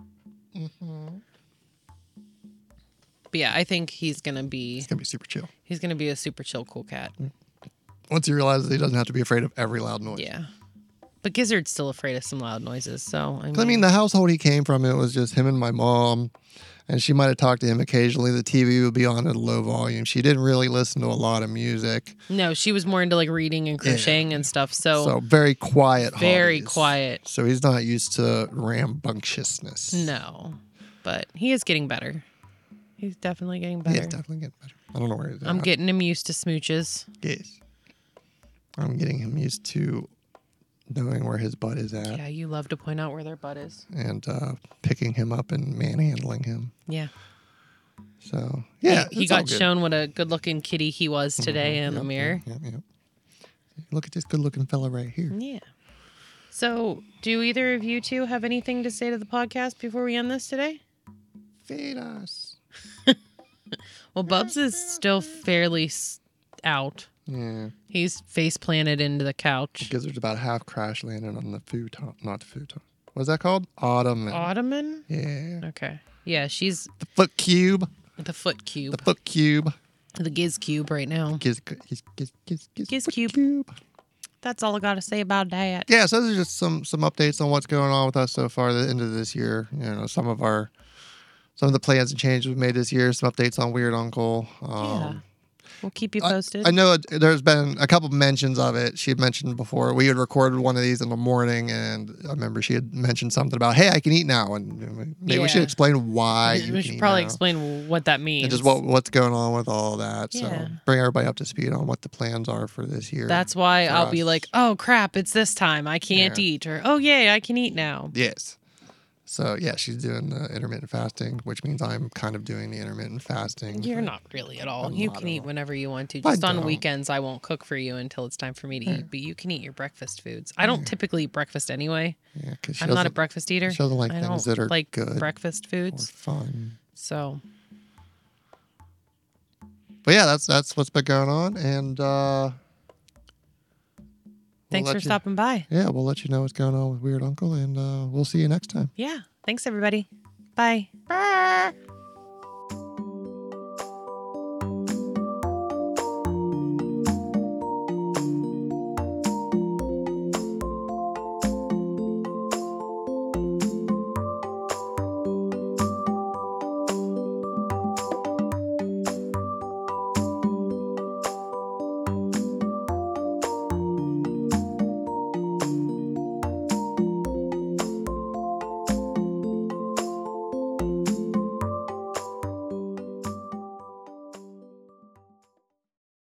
A: Mm-hmm.
B: But yeah, I think he's gonna be
A: He's going to be super chill.
B: he's gonna be a super chill cool cat.
A: Once he realizes he doesn't have to be afraid of every loud noise.
B: Yeah. But Gizzard's still afraid of some loud noises, so I mean,
A: 'Cause, I mean, the household he came from, it was just him and my mom, and she might have talked to him occasionally. The TV would be on at a low volume. She didn't really listen to a lot of music,
B: no, she was more into like reading and crocheting and stuff, so,
A: so very quiet.
B: Oh. very
A: hobbies.
B: quiet.
A: So he's not used to rambunctiousness.
B: No. But he is getting better. He's definitely getting
A: he's
B: better.
A: definitely getting better. I don't know where he's at.
B: I'm getting him used to smooches.
A: Yes. I'm getting him used to knowing where his butt is at
B: Yeah, you love to point out where their butt is.
A: and uh, picking him up and manhandling him.
B: Yeah.
A: So yeah,
B: He, he
A: it's all
B: got
A: good. Mm-hmm,
B: shown what a good looking kitty he was today in the mirror.
A: Yep, yep. Look at this good-looking fella right here.
B: Yeah. So, do either of you two have anything to say to the podcast before we end this today?
A: Feed us.
B: Well, Bubs is still fairly s- out.
A: Yeah,
B: He's face planted into the couch.
A: Gizzard's about half crash landing on the futon, not the futon. What's that called? Ottoman.
B: Ottoman?
A: yeah,
B: Okay. Yeah, she's
A: the foot cube,
B: the foot
A: the
B: cube,
A: foot cube.
B: the giz cube right now.
A: Giz, giz, giz, giz, giz,
B: Giz
A: foot
B: cube. That's all I got to say about that.
A: yeah, so those are just some some updates on what's going on with us so far the end of this year. You know, some of our some of the plans and changes we've made this year, some updates on Weird Uncle. Um,
B: We'll keep you
A: I-
B: posted.
A: I know it- there's been a couple mentions of it. She had mentioned before we had recorded one of these in the morning, and I remember she had mentioned something about, "Hey, I can eat now," and maybe we should
B: Yeah.
A: explain why. you
B: we
A: can
B: should
A: eat
B: probably
A: now
B: explain what that means.
A: and just what what's going on with all that.
B: Yeah.
A: So bring everybody up to speed on what the plans are for this year.
B: That's why
A: for
B: I'll be
A: us.
B: like, oh crap, it's this time. I can't
A: Yeah.
B: eat. Or, oh yay, I can eat now.
A: Yes. So yeah, she's doing the intermittent fasting, which means I'm kind of doing the intermittent fasting.
B: You're not really at all.
A: I'm
B: You
A: not
B: can
A: at
B: eat
A: all.
B: whenever you want to.
A: I
B: Just on
A: don't.
B: weekends, I won't cook for you until it's time for me to eat, but you can eat your breakfast foods. I don't typically eat breakfast anyway.
A: Yeah, because she
B: I'm not a
A: doesn't
B: breakfast eater.
A: she doesn't like
B: I
A: things
B: don't
A: that are
B: like
A: good
B: breakfast
A: or
B: foods.
A: fun.
B: So
A: But yeah, that's that's what's been going on, and uh,
B: thanks
A: let
B: for
A: you-
B: stopping by.
A: yeah, we'll let you know what's going on with Weird Uncle, and uh, we'll see you next time.
B: Yeah. Thanks, everybody. Bye.